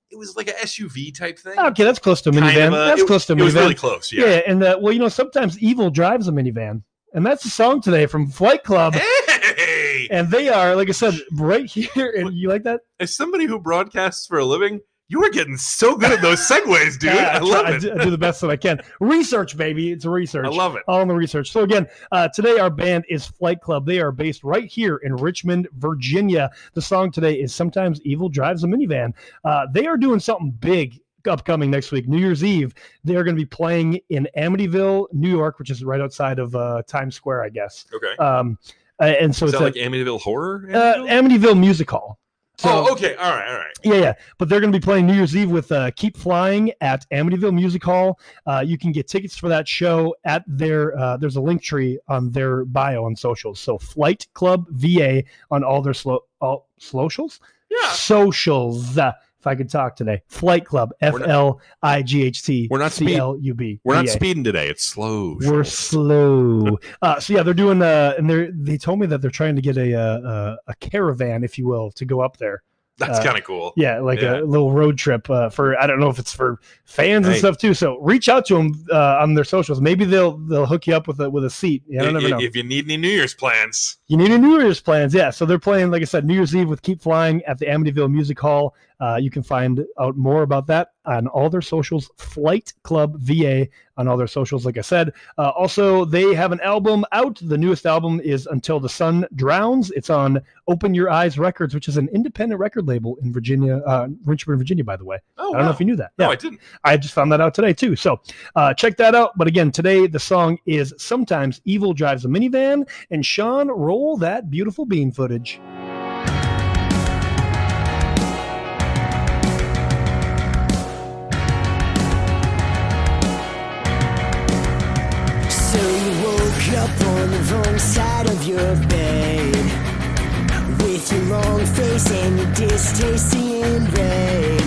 [SPEAKER 2] It was like a SUV type thing.
[SPEAKER 1] Okay, that's close to a minivan.
[SPEAKER 2] Kind of a-
[SPEAKER 1] that's close to a
[SPEAKER 2] It was
[SPEAKER 1] minivan.
[SPEAKER 2] really close.
[SPEAKER 1] yeah.
[SPEAKER 2] Yeah.
[SPEAKER 1] and uh, well, you know, sometimes evil drives a minivan, and that's the song today from Flight Club.
[SPEAKER 2] Hey,
[SPEAKER 1] And they are, like I said, right here. And you like that,
[SPEAKER 2] as somebody who broadcasts for a living, you are getting so good at those segues, dude.
[SPEAKER 1] Yeah,
[SPEAKER 2] I love
[SPEAKER 1] try-
[SPEAKER 2] it.
[SPEAKER 1] do, Ah, I do the best that I can. Research, baby, it's research.
[SPEAKER 2] I love it.
[SPEAKER 1] all in the research. So again, uh, today our band is Flight Club. They are based right here in Richmond, Virginia. The song today is "Sometimes Evil Drives a Minivan." Uh, they are doing something big upcoming next week, New Year's Eve. They are going to be playing in Amityville, New York, which is right outside of uh, Times Square, I guess.
[SPEAKER 2] Okay.
[SPEAKER 1] Um, uh, and so
[SPEAKER 2] is
[SPEAKER 1] it's
[SPEAKER 2] that like
[SPEAKER 1] like
[SPEAKER 2] Amityville Horror?
[SPEAKER 1] uh,
[SPEAKER 2] Amityville?
[SPEAKER 1] Amityville Music Hall. So,
[SPEAKER 2] oh, okay. All right. All right.
[SPEAKER 1] yeah, yeah. But they're going to be playing New Year's Eve with uh, Keep Flying at Amityville Music Hall. Uh, you can get tickets for that show at their. Uh, there's a link tree on their bio on socials. So Flight Club VA on all their slow all socials.
[SPEAKER 2] Yeah.
[SPEAKER 1] Socials. uh, If I could talk today, Flight Club F
[SPEAKER 2] We're not-
[SPEAKER 1] L I G H T
[SPEAKER 2] We're not
[SPEAKER 1] C
[SPEAKER 2] speed-
[SPEAKER 1] L U B.
[SPEAKER 2] We're not
[SPEAKER 1] VA.
[SPEAKER 2] speeding today. It's slow.
[SPEAKER 1] We're slow. Uh, so yeah, they're doing. Uh, and they they told me that they're trying to get a uh, a, a caravan, if you will, to go up there.
[SPEAKER 2] That's
[SPEAKER 1] uh,
[SPEAKER 2] kind of cool.
[SPEAKER 1] Yeah, like a
[SPEAKER 2] Yeah.
[SPEAKER 1] little road trip uh, for I don't know if it's for fans and
[SPEAKER 2] Hey.
[SPEAKER 1] stuff too. So reach out to them uh, on their socials. Maybe they'll they'll hook you up with a with a seat. Yeah, I
[SPEAKER 2] I-
[SPEAKER 1] never know.
[SPEAKER 2] i- If you need any New Year's plans,
[SPEAKER 1] you need a New Year's plans, yeah. So they're playing, like I said, New Year's Eve with Keep Flying at the Amityville Music Hall. Uh, you can find out more about that on all their socials. Flight Club VA on all their socials. Like I said, uh, also they have an album out. The newest album is Until the Sun Drowns. It's on Open Your Eyes Records, which is an independent record label in Virginia, uh, Richmond, Virginia, by the way. I
[SPEAKER 2] oh,
[SPEAKER 1] don't know
[SPEAKER 2] wow.
[SPEAKER 1] if you knew that.
[SPEAKER 2] No,
[SPEAKER 1] Yeah,
[SPEAKER 2] I didn't.
[SPEAKER 1] I just found that out today too. So uh, check that out. But again, today the song is "Sometimes Evil Drives a Minivan," and Sean, roll that beautiful bean footage.
[SPEAKER 3] So you woke up on the wrong side of your bed With your long face and your distaste in red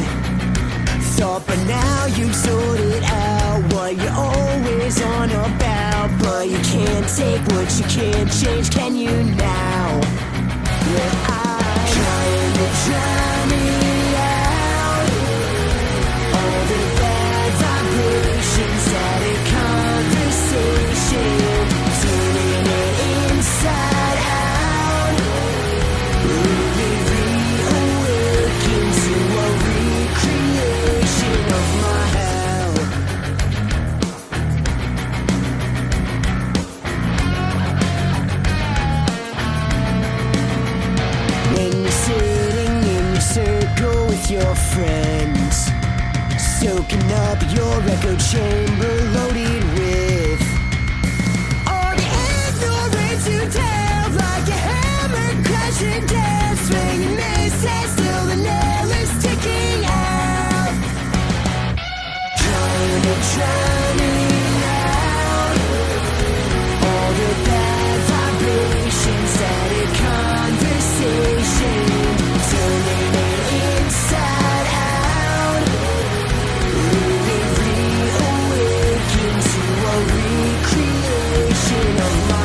[SPEAKER 3] Thought by now you sorted out what you're always on about But you can't take what you can't change, can you now? Yeah, I'm trying to drown me out all the bad vibrations out of conversation, turning it inside out. Really reawaken to a recreation of my hell. When you're sitting in your circle with your friends soaking up your echo chamber loaded with all the ignorance you tell, like a hammer crashing down, swinging misses till the nail is sticking out. Trying to drown it out, all the bad vibrations that a conversation, turning it inside out. Reawaken to a recreation of my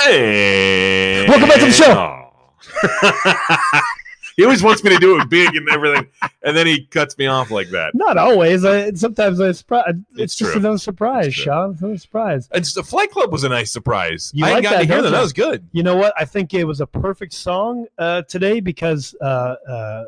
[SPEAKER 2] Hey,
[SPEAKER 1] Welcome back to the show.
[SPEAKER 2] Aw. he always wants me to do it big and everything, and then he cuts me off like that.
[SPEAKER 1] Not always. I, sometimes I surprise. It's,
[SPEAKER 2] It's
[SPEAKER 1] just
[SPEAKER 2] true.
[SPEAKER 1] another surprise,
[SPEAKER 2] It's true.
[SPEAKER 1] Sean. It's another surprise.
[SPEAKER 2] And just, the Flight Club was a nice surprise.
[SPEAKER 1] You
[SPEAKER 2] I
[SPEAKER 1] like
[SPEAKER 2] got
[SPEAKER 1] that,
[SPEAKER 2] to hear
[SPEAKER 1] don't
[SPEAKER 2] that. That
[SPEAKER 1] you?
[SPEAKER 2] was good.
[SPEAKER 1] You know what? I think it was a perfect song uh, today because uh, uh,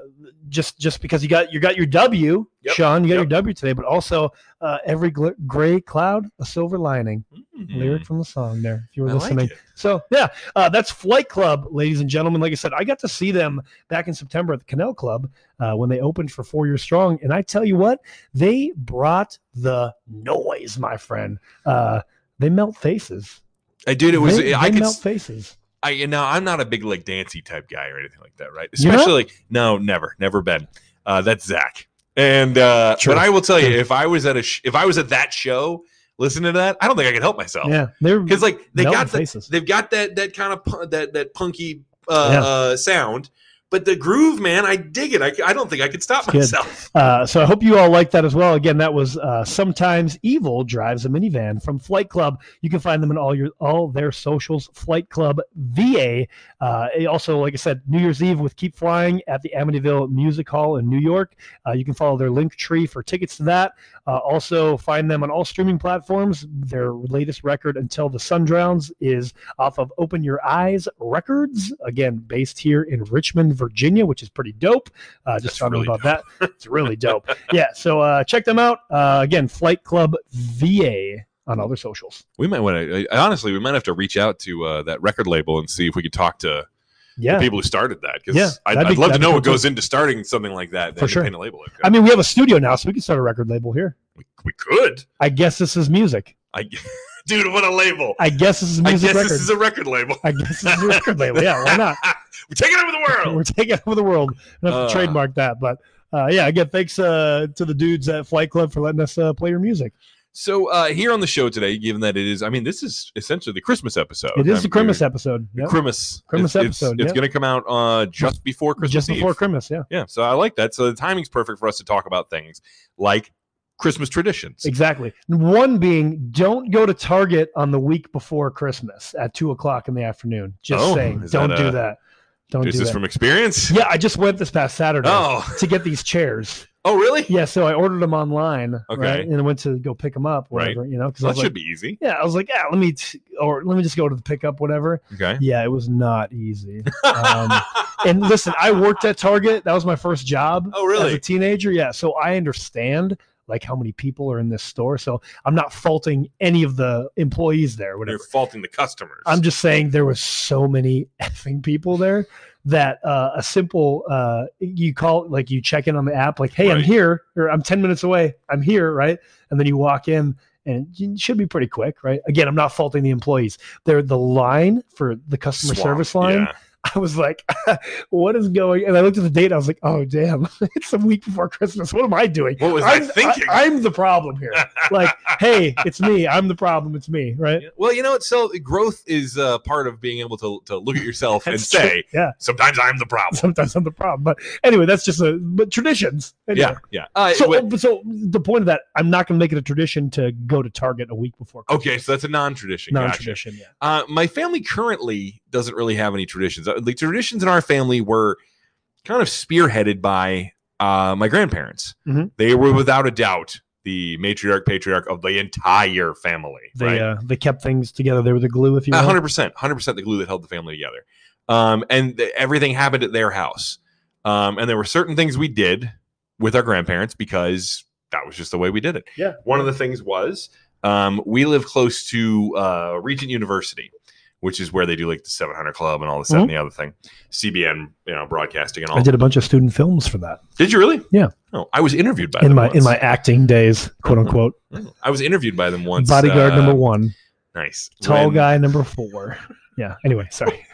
[SPEAKER 1] just just because you got you got your W,
[SPEAKER 2] Yep.
[SPEAKER 1] Sean. You got
[SPEAKER 2] Yep.
[SPEAKER 1] your W today, but also uh, every gl- gray cloud a silver lining.
[SPEAKER 2] Mm.
[SPEAKER 1] Lyric from the song there. If you were
[SPEAKER 2] I like
[SPEAKER 1] listening,
[SPEAKER 2] it.
[SPEAKER 1] so yeah, uh, that's Flight Club, ladies and gentlemen. Like I said, I got to see them back in September at the Canal Club uh, when they opened for Four Years Strong, and I tell you what, they brought the noise, my friend. Uh, they melt faces.
[SPEAKER 2] I dude, it was.
[SPEAKER 1] They-
[SPEAKER 2] I
[SPEAKER 1] they
[SPEAKER 2] could.
[SPEAKER 1] melt
[SPEAKER 2] s-
[SPEAKER 1] faces.
[SPEAKER 2] I you know I'm not a big like dancey type guy or anything like that, right?
[SPEAKER 1] You're not?
[SPEAKER 2] Especially like no, never, never been. Uh, that's Zach. And uh,
[SPEAKER 1] Sure.
[SPEAKER 2] but I will tell you,
[SPEAKER 1] Sure.
[SPEAKER 2] if I was at a sh- if I was at that show, listening to that, I don't think I could help myself.
[SPEAKER 1] Yeah, they're
[SPEAKER 2] because like Oh. they
[SPEAKER 1] melting
[SPEAKER 2] got the,
[SPEAKER 1] faces.
[SPEAKER 2] they've got that that kind of pu- that that punky uh,
[SPEAKER 1] Yeah.
[SPEAKER 2] uh, sound, but the groove, man, I dig it. I, I don't think I could stop
[SPEAKER 1] It's good.
[SPEAKER 2] myself.
[SPEAKER 1] Uh, so I hope you all like that as well. Again, that was uh, sometimes evil drives a minivan from Flight Club. You can find them in all your all their socials. Flight Club VA. Uh, it also, like I said, New Year's Eve with Keep Flying at the Amityville Music Hall in New York. Uh, you can follow their link tree for tickets to that. Uh, also, find them on all streaming platforms. Their latest record, Until the Sun Drowns, is off of Open Your Eyes Records. Again, based here in Richmond, Virginia, which is pretty dope. Uh, just
[SPEAKER 2] That's
[SPEAKER 1] found out
[SPEAKER 2] really
[SPEAKER 1] about that. It's really dope. yeah. So uh, check them out. Uh, again, Flight Club VA on all their socials.
[SPEAKER 2] We might want to honestly, we might have to reach out to uh, that record label and see if we could talk to
[SPEAKER 1] Yeah.
[SPEAKER 2] the people who started that. Because
[SPEAKER 1] Yeah,
[SPEAKER 2] I'd,
[SPEAKER 1] that'd
[SPEAKER 2] I'd
[SPEAKER 1] be-
[SPEAKER 2] love to
[SPEAKER 1] that'd
[SPEAKER 2] know
[SPEAKER 1] be
[SPEAKER 2] what
[SPEAKER 1] cool,
[SPEAKER 2] goes into starting something like that.
[SPEAKER 1] For sure.
[SPEAKER 2] independent label.
[SPEAKER 1] I mean, we have a studio now, so we can start a record label here.
[SPEAKER 2] we, we could.
[SPEAKER 1] I guess this is music.
[SPEAKER 2] I, dude, what a label! I,
[SPEAKER 1] I guess this is music
[SPEAKER 2] guess
[SPEAKER 1] record.
[SPEAKER 2] this is a record label.
[SPEAKER 1] I guess this is a record label. Yeah. Why not?
[SPEAKER 2] We're taking over the
[SPEAKER 1] We're
[SPEAKER 2] world.
[SPEAKER 1] taking over the world. I have to
[SPEAKER 2] Uh.
[SPEAKER 1] trademark that, but. Uh, yeah, again, thanks uh, to the dudes at Flight Club for letting us uh, play your music.
[SPEAKER 2] So uh, here on the show today, given that it is, I mean, this is essentially the Christmas episode.
[SPEAKER 1] It is the
[SPEAKER 2] I mean,
[SPEAKER 1] Christmas
[SPEAKER 2] we're-
[SPEAKER 1] episode. Yep.
[SPEAKER 2] Christmas.
[SPEAKER 1] Christmas
[SPEAKER 2] It's-
[SPEAKER 1] episode,
[SPEAKER 2] It's,
[SPEAKER 1] yeah.
[SPEAKER 2] it's going to come out uh, just before Christmas.
[SPEAKER 1] Just before
[SPEAKER 2] Eve.
[SPEAKER 1] Christmas, yeah.
[SPEAKER 2] Yeah. So I like that. So the timing's perfect for us to talk about things like Christmas traditions.
[SPEAKER 1] Exactly. One being, don't go to Target on the week before Christmas at two o'clock in the afternoon. Just
[SPEAKER 2] Oh,
[SPEAKER 1] saying,
[SPEAKER 2] is
[SPEAKER 1] don't
[SPEAKER 2] that,
[SPEAKER 1] do
[SPEAKER 2] uh,
[SPEAKER 1] that. Don't
[SPEAKER 2] is
[SPEAKER 1] do
[SPEAKER 2] this
[SPEAKER 1] that.
[SPEAKER 2] from experience?
[SPEAKER 1] yeah, I just went this past Saturday
[SPEAKER 2] Oh.
[SPEAKER 1] to get these chairs.
[SPEAKER 2] Oh, really?
[SPEAKER 1] Yeah, so I ordered them online,
[SPEAKER 2] Okay.
[SPEAKER 1] right, and I went to go pick them up,
[SPEAKER 2] Right.
[SPEAKER 1] whatever, you know, because I
[SPEAKER 2] Well,
[SPEAKER 1] was
[SPEAKER 2] that
[SPEAKER 1] like,
[SPEAKER 2] should be easy.
[SPEAKER 1] yeah, I was like, yeah, let me t- or let me just go to the pickup, whatever.
[SPEAKER 2] Okay.
[SPEAKER 1] Yeah, it was not easy. Um, and listen, I worked at Target. That was my first job.
[SPEAKER 2] Oh, really?
[SPEAKER 1] As a teenager, yeah. So I understand like how many people are in this store. So I'm not faulting any of the employees there. Whatever.
[SPEAKER 2] You're faulting the customers.
[SPEAKER 1] I'm just saying there was so many effing people there that uh, a simple uh, you call like you check in on the app like hey I'm
[SPEAKER 2] Right.
[SPEAKER 1] here or I'm 10 minutes away I'm here right and then you walk in and it should be pretty quick right again I'm not faulting the employees they're the line for the customer
[SPEAKER 2] Swamp.
[SPEAKER 1] service line
[SPEAKER 2] Yeah.
[SPEAKER 1] I was like, what is going? And I looked at the date. I was like, oh damn, it's a week before Christmas. What am I doing?
[SPEAKER 2] What was I
[SPEAKER 1] I'm,
[SPEAKER 2] thinking?
[SPEAKER 1] I, am the problem here. like, hey, it's me. I'm the problem. It's me, right?
[SPEAKER 2] Well, you know, it's so growth is uh, part of being able to, to look at yourself and
[SPEAKER 1] That's true.
[SPEAKER 2] say,
[SPEAKER 1] Yeah.
[SPEAKER 2] sometimes I'm the problem.
[SPEAKER 1] Sometimes I'm the problem. But anyway, that's just a but traditions. Anyway.
[SPEAKER 2] Yeah. Yeah. Uh,
[SPEAKER 1] So,
[SPEAKER 2] wait-
[SPEAKER 1] but so the point of that, I'm not going to make it a tradition to go to Target a week before. Christmas.
[SPEAKER 2] okay. So that's a non tradition. Gotcha.
[SPEAKER 1] uh, non-tradition. Yeah.
[SPEAKER 2] Uh, my family currently doesn't really have any traditions. Uh, The traditions in our family were kind of spearheaded by uh, my grandparents.
[SPEAKER 1] Mhm.
[SPEAKER 2] They were without a doubt the matriarch, patriarch of the entire family.
[SPEAKER 1] They
[SPEAKER 2] right?
[SPEAKER 1] uh, they kept things together. They were the glue, if you
[SPEAKER 2] A
[SPEAKER 1] will.
[SPEAKER 2] hundred percent, hundred percent, the glue that held the family together. Um, and th- everything happened at their house. Um, and there were certain things we did with our grandparents because that was just the way we did it.
[SPEAKER 1] Yeah.
[SPEAKER 2] One of the things was um, we live close to uh, Regent University, which is where they do like the 700 Club and all this that and the other thing, CBN, you know, broadcasting and all.
[SPEAKER 1] Mm-hmm. I did a bunch of student films for that
[SPEAKER 2] Did you really?
[SPEAKER 1] Yeah.
[SPEAKER 2] Oh, I was interviewed by
[SPEAKER 1] in
[SPEAKER 2] them
[SPEAKER 1] my in my
[SPEAKER 2] once.
[SPEAKER 1] acting days, quote unquote.
[SPEAKER 2] Oh, I was interviewed by them once.
[SPEAKER 1] Bodyguard
[SPEAKER 2] uh,
[SPEAKER 1] number one.
[SPEAKER 2] Nice.
[SPEAKER 1] tall
[SPEAKER 2] When-
[SPEAKER 1] guy number four. Yeah. Anyway, sorry.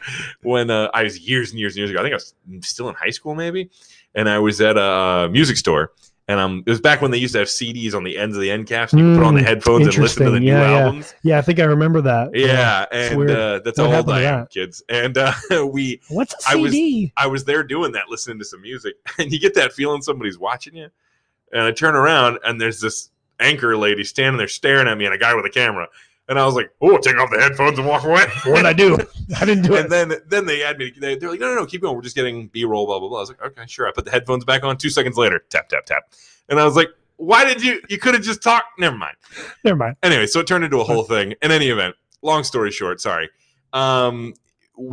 [SPEAKER 2] when uh, I was years and years and years ago. I think I was still in high school maybe, and I was at a uh, music store, and um, it was back when they used to have CDs on the ends of the end caps, and you could put on the
[SPEAKER 1] Mm,
[SPEAKER 2] headphones and listen to the
[SPEAKER 1] interesting.
[SPEAKER 2] new
[SPEAKER 1] Yeah, yeah.
[SPEAKER 2] albums.
[SPEAKER 1] Yeah, I think I remember that.
[SPEAKER 2] Yeah,
[SPEAKER 1] it's
[SPEAKER 2] and
[SPEAKER 1] weird.
[SPEAKER 2] uh, that's
[SPEAKER 1] What
[SPEAKER 2] how old
[SPEAKER 1] happened to
[SPEAKER 2] I am,
[SPEAKER 1] that?
[SPEAKER 2] kids. And uh, we,
[SPEAKER 1] What's a
[SPEAKER 2] I was-
[SPEAKER 1] CD?
[SPEAKER 2] I was there doing that, listening to some music, and you get that feeling somebody's watching you. And I turn around, and there's this anchor lady standing there staring at me, and a guy with a camera. And I was like, oh, take off the headphones and walk away.
[SPEAKER 1] What did I do? I didn't do
[SPEAKER 2] and
[SPEAKER 1] it.
[SPEAKER 2] then then they had me. They, they're like, no, no, no, keep going. We're just getting B roll, blah blah blah. I was like, okay, sure. I put the headphones back on. Two seconds later, tap tap tap, and I was like, why did you? You could have just talked. Never mind.
[SPEAKER 1] Never mind.
[SPEAKER 2] Anyway, so it turned into a whole thing. In any event, long story short, sorry. Um,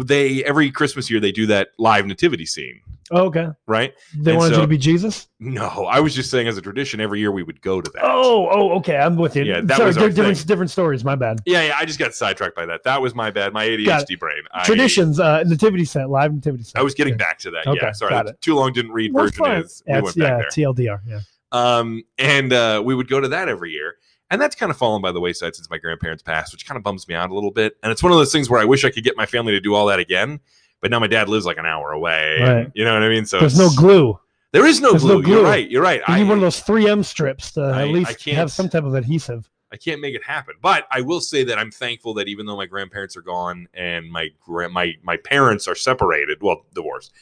[SPEAKER 2] they every Christmas year they do that live nativity scene,
[SPEAKER 1] Oh, okay.
[SPEAKER 2] right?
[SPEAKER 1] They
[SPEAKER 2] And
[SPEAKER 1] wanted
[SPEAKER 2] so-
[SPEAKER 1] you to be Jesus.
[SPEAKER 2] No, I was just saying as a tradition, every year we would go to that.
[SPEAKER 1] Oh, oh, okay. I'm with you.
[SPEAKER 2] Yeah, that
[SPEAKER 1] Sorry,
[SPEAKER 2] was our
[SPEAKER 1] they're different,
[SPEAKER 2] thing.
[SPEAKER 1] different stories. My bad.
[SPEAKER 2] Yeah, yeah. I just got sidetracked by that. That was my bad. My ADHD brain. I-
[SPEAKER 1] Traditions, uh, nativity set, live nativity set.
[SPEAKER 2] I was getting
[SPEAKER 1] Yeah.
[SPEAKER 2] back to that.
[SPEAKER 1] Okay,
[SPEAKER 2] yeah, sorry.
[SPEAKER 1] got
[SPEAKER 2] that's Too long didn't read
[SPEAKER 1] That's
[SPEAKER 2] version
[SPEAKER 1] fine.
[SPEAKER 2] is. We went
[SPEAKER 1] That's- yeah,
[SPEAKER 2] back there.
[SPEAKER 1] TLDR. Yeah.
[SPEAKER 2] Um, and uh, we would go to that every year. And that's kind of fallen by the wayside since my grandparents passed, which kind of bums me out a little bit. And it's one of those things where I wish I could get my family to do all that again. But now my dad lives like an hour away. and-
[SPEAKER 1] Right.
[SPEAKER 2] you know what I mean? So
[SPEAKER 1] There's no
[SPEAKER 2] it's-
[SPEAKER 1] glue.
[SPEAKER 2] there is no
[SPEAKER 1] there's no
[SPEAKER 2] glue. You're
[SPEAKER 1] glue.
[SPEAKER 2] right. You're right.
[SPEAKER 1] You
[SPEAKER 2] I,
[SPEAKER 1] need one of those 3M strips to
[SPEAKER 2] I- I
[SPEAKER 1] at least
[SPEAKER 2] can't-
[SPEAKER 1] have some type of adhesive.
[SPEAKER 2] I can't make it happen. But I will say that I'm thankful that even though my grandparents are gone and my gra- my my parents are separated, well, divorced,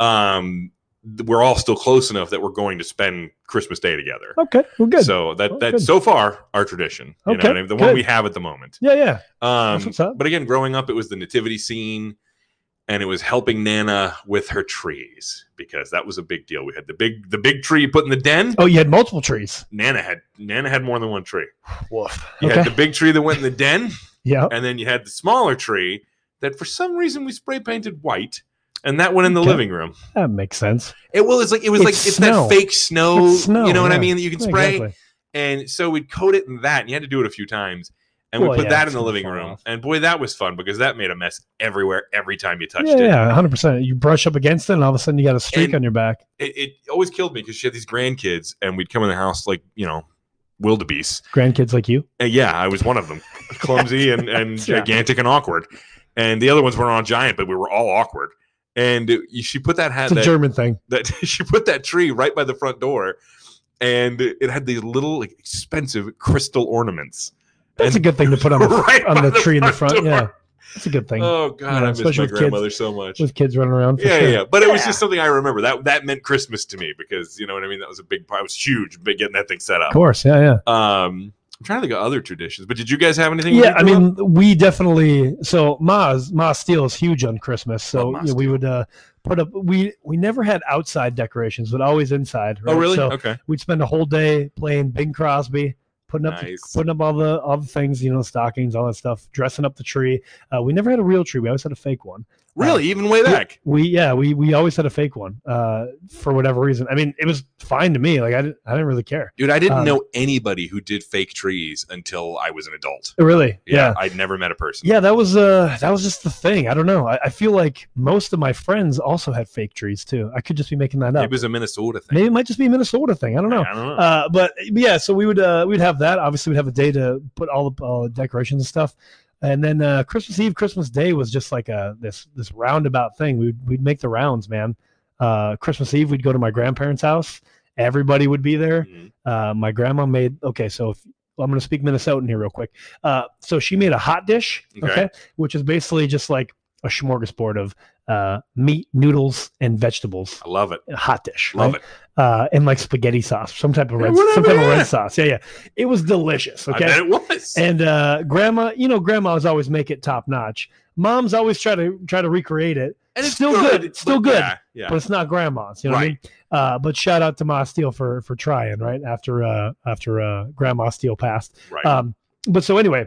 [SPEAKER 2] um, th- we're all still close enough that we're going to spend Christmas Day together.
[SPEAKER 1] Okay, well, good.
[SPEAKER 2] So that
[SPEAKER 1] Oh,
[SPEAKER 2] that's
[SPEAKER 1] good.
[SPEAKER 2] so far our tradition. You know
[SPEAKER 1] Okay,
[SPEAKER 2] what I mean? The one
[SPEAKER 1] good.
[SPEAKER 2] we have at the moment.
[SPEAKER 1] yeah, yeah.
[SPEAKER 2] Um,
[SPEAKER 1] what's up.
[SPEAKER 2] but again, growing up, it was the nativity scene, and it was helping Nana with her trees because that was a big deal. We had the big the big tree you put in the den.
[SPEAKER 1] Oh, you had multiple trees.
[SPEAKER 2] Nana had Nana had more than one tree.
[SPEAKER 1] Woof.
[SPEAKER 2] You
[SPEAKER 1] okay.
[SPEAKER 2] had the big tree that went in the den,
[SPEAKER 1] yeah.
[SPEAKER 2] and then you had the smaller tree that for some reason we spray painted white, and that went in the
[SPEAKER 1] Okay.
[SPEAKER 2] living room.
[SPEAKER 1] That makes sense.
[SPEAKER 2] It well, it's like it was
[SPEAKER 1] It's
[SPEAKER 2] like it's
[SPEAKER 1] snow.
[SPEAKER 2] that fake snow,
[SPEAKER 1] It's snow,
[SPEAKER 2] You know what I
[SPEAKER 1] yeah.
[SPEAKER 2] mean? That you can
[SPEAKER 1] Yeah,
[SPEAKER 2] spray.
[SPEAKER 1] exactly.
[SPEAKER 2] And so we'd coat it in that, and you had to do it a few times. And we
[SPEAKER 1] Well,
[SPEAKER 2] put
[SPEAKER 1] yeah, it's
[SPEAKER 2] that in the
[SPEAKER 1] gonna
[SPEAKER 2] living
[SPEAKER 1] fall
[SPEAKER 2] room.
[SPEAKER 1] off.
[SPEAKER 2] And boy, that was fun because that made a mess everywhere every time you touched
[SPEAKER 1] Yeah,
[SPEAKER 2] it.
[SPEAKER 1] yeah, 100. percent You brush up against it, and all of a sudden you got a streak
[SPEAKER 2] And-
[SPEAKER 1] on your back.
[SPEAKER 2] It, it always killed me because she had these grandkids, and we'd come in the house like, you know, wildebeest.
[SPEAKER 1] Grandkids like you.
[SPEAKER 2] And yeah, I was one of them, clumsy and, and
[SPEAKER 1] Yeah.
[SPEAKER 2] gigantic and awkward. And the other ones weren't all giant, but we were all awkward. And it- she put that hat,
[SPEAKER 1] It's a
[SPEAKER 2] that,
[SPEAKER 1] German thing.
[SPEAKER 2] that she put that tree right by the front door, and it had these little like, expensive crystal ornaments.
[SPEAKER 1] That's a
[SPEAKER 2] And-
[SPEAKER 1] good thing to put on the
[SPEAKER 2] right
[SPEAKER 1] on
[SPEAKER 2] by
[SPEAKER 1] the tree in the front.
[SPEAKER 2] door.
[SPEAKER 1] Yeah, that's a good thing
[SPEAKER 2] Oh God,
[SPEAKER 1] Yeah,
[SPEAKER 2] I miss
[SPEAKER 1] especially
[SPEAKER 2] my
[SPEAKER 1] with kids.
[SPEAKER 2] grandmother so much.
[SPEAKER 1] with kids running around. For
[SPEAKER 2] yeah,
[SPEAKER 1] sure.
[SPEAKER 2] yeah, but it was
[SPEAKER 3] Yeah.
[SPEAKER 2] just something I remember. That that meant Christmas to me because you know what I mean. That was a big part. It was huge, big getting that thing set
[SPEAKER 1] Of
[SPEAKER 2] up.
[SPEAKER 1] course. Yeah, yeah.
[SPEAKER 2] Um, I'm trying to think of other traditions, but did you guys have anything? when
[SPEAKER 1] Yeah,
[SPEAKER 2] you
[SPEAKER 1] I
[SPEAKER 2] grew up?
[SPEAKER 1] mean, we definitely. So Ma's Ma Steel is huge on Christmas. So
[SPEAKER 2] Love Ma
[SPEAKER 1] yeah, we
[SPEAKER 2] Steel.
[SPEAKER 1] would uh, put up. We we never had outside decorations, but always inside.
[SPEAKER 2] oh
[SPEAKER 1] right?
[SPEAKER 2] really?
[SPEAKER 1] So
[SPEAKER 2] okay.
[SPEAKER 1] we'd spend a whole day playing Bing Crosby, putting up
[SPEAKER 2] Nice.
[SPEAKER 1] putting up all the all the things, you know, stockings, all that stuff, dressing up the tree. Uh, we never had a real tree. We always had a fake one.
[SPEAKER 2] Really, even way back.
[SPEAKER 1] We yeah, we we always had a fake one uh, for whatever reason. I mean, it was fine to me. Like I didn't, I didn't really care.
[SPEAKER 2] Dude, I didn't
[SPEAKER 1] Um,
[SPEAKER 2] know anybody who did fake trees until I was an adult.
[SPEAKER 1] Really?
[SPEAKER 2] Yeah, I'd never met a person.
[SPEAKER 1] Yeah, that was uh that was just the thing. I don't know. I, I feel like most of my friends also had fake trees too. I could just be making that up.
[SPEAKER 2] it was a Minnesota thing.
[SPEAKER 1] Maybe it might just be a Minnesota thing. I don't know.
[SPEAKER 2] I don't know.
[SPEAKER 1] Uh, but yeah, so we would uh, we'd have that. Obviously, we'd have a day to put all the all the decorations and stuff. And then uh, Christmas Eve, Christmas Day was just like a this this roundabout thing. We'd we'd make the rounds, man. Uh, Christmas Eve, we'd go to my grandparents' house. Everybody would be there
[SPEAKER 2] Mhm.
[SPEAKER 1] uh, my grandma made okay so if, i'm going to speak minnesotan here real quick uh, so she made a hot dish
[SPEAKER 2] Okay.
[SPEAKER 1] okay, which is basically just like a smorgasbord of uh, meat noodles and vegetables
[SPEAKER 2] I love it.
[SPEAKER 1] a hot dish
[SPEAKER 2] Love it.
[SPEAKER 1] it uh, and like spaghetti sauce some type of
[SPEAKER 2] Yeah,
[SPEAKER 1] red
[SPEAKER 2] whatever,
[SPEAKER 1] some type of
[SPEAKER 2] yeah.
[SPEAKER 1] red sauce yeah yeah it was delicious
[SPEAKER 2] I bet
[SPEAKER 1] okay
[SPEAKER 2] it was.
[SPEAKER 1] and uh, grandma you know grandma's always make it top notch mom's always try to try to recreate it
[SPEAKER 2] And
[SPEAKER 1] still good, it's still
[SPEAKER 2] but
[SPEAKER 1] good. Uh,
[SPEAKER 2] Yeah, yeah.
[SPEAKER 1] but it's not grandma's. You know
[SPEAKER 2] Right.
[SPEAKER 1] what I mean? Uh, but shout out to Ma Steele for for trying right after uh, after uh, Grandma Steele passed.
[SPEAKER 2] right.
[SPEAKER 1] Um, but so anyway,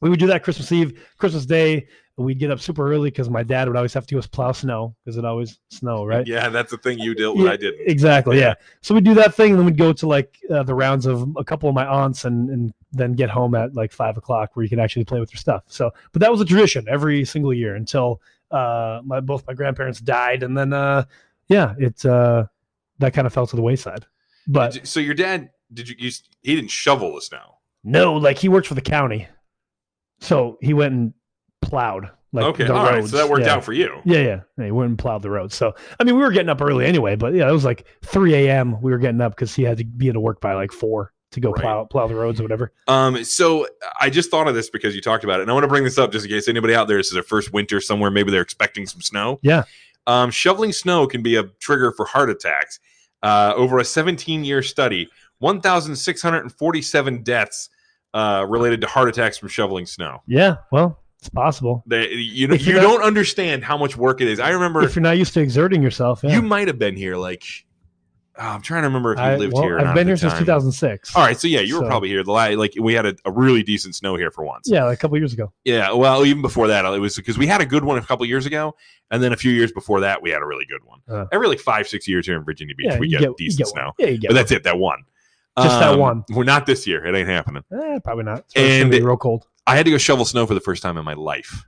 [SPEAKER 1] we would do that Christmas Eve, Christmas Day. We'd get up super early because my dad would always have to go plow snow because it always snow right.
[SPEAKER 2] Yeah, that's the thing you dealt with.
[SPEAKER 1] Yeah,
[SPEAKER 2] I didn't.
[SPEAKER 1] Exactly. Yeah.
[SPEAKER 2] Yeah.
[SPEAKER 1] So we do that thing, and then we'd go to like uh, the rounds of a couple of my aunts, and and then get home at like five o'clock, where you can actually play with your stuff. So, but that was a tradition every single year until uh, my both my grandparents died, and then uh, yeah, it uh, that kind of fell to the wayside. But
[SPEAKER 2] Did you- so your dad did you, you s- he didn't shovel the snow
[SPEAKER 1] no, like he worked for the county, so he went and plowed like
[SPEAKER 2] okay
[SPEAKER 1] the
[SPEAKER 2] all right
[SPEAKER 1] roads.
[SPEAKER 2] so that worked
[SPEAKER 1] yeah.
[SPEAKER 2] out for you
[SPEAKER 1] Yeah, yeah. Yeah, He went and plowed the roads. So I mean, we were getting up early anyway, but yeah, it was like 3 a.m. We were getting up because he had to be at work by like four to go
[SPEAKER 2] Right.
[SPEAKER 1] plow plow the roads or whatever.
[SPEAKER 2] um so i just thought of this because you talked about it and i want to bring this up just in case anybody out there this is their first winter somewhere maybe they're expecting some snow
[SPEAKER 1] Yeah.
[SPEAKER 2] um shoveling snow can be a trigger for heart attacks uh over a 17 year study 1647 deaths uh, related to heart attacks from shoveling snow.
[SPEAKER 1] Yeah, well, it's possible.
[SPEAKER 2] They, you don't-
[SPEAKER 1] If you're
[SPEAKER 2] you
[SPEAKER 1] not-
[SPEAKER 2] don't understand how much work it is. I remember
[SPEAKER 1] If you're not used to exerting yourself, yeah.
[SPEAKER 2] you might have been here. Like oh, I'm trying to remember if you
[SPEAKER 1] I,
[SPEAKER 2] lived
[SPEAKER 1] well,
[SPEAKER 2] here. or not
[SPEAKER 1] I've
[SPEAKER 2] at
[SPEAKER 1] been
[SPEAKER 2] the
[SPEAKER 1] here since
[SPEAKER 2] time.
[SPEAKER 1] 2006.
[SPEAKER 2] All right, so yeah, you were
[SPEAKER 1] So-
[SPEAKER 2] probably here. The la- like we had a, a really decent snow here for once.
[SPEAKER 1] Yeah, like a couple years ago.
[SPEAKER 2] Yeah, well, even before that, it was because we had a good one a couple years ago, and then a few years before that, we had a really good one.
[SPEAKER 1] Uh.
[SPEAKER 2] Every like five, six years here in Virginia Beach,
[SPEAKER 1] yeah,
[SPEAKER 2] we
[SPEAKER 1] you
[SPEAKER 2] get,
[SPEAKER 1] get, you
[SPEAKER 2] decent
[SPEAKER 1] get
[SPEAKER 2] snow,
[SPEAKER 1] One. Yeah, you get
[SPEAKER 2] but that's it. That one,
[SPEAKER 1] Just that one.
[SPEAKER 2] We're not this year. It ain't happening.
[SPEAKER 1] one. Eh, probably not. It's probably gonna
[SPEAKER 2] And-
[SPEAKER 1] be real cold.
[SPEAKER 2] I had to go shovel snow for the first time in my life,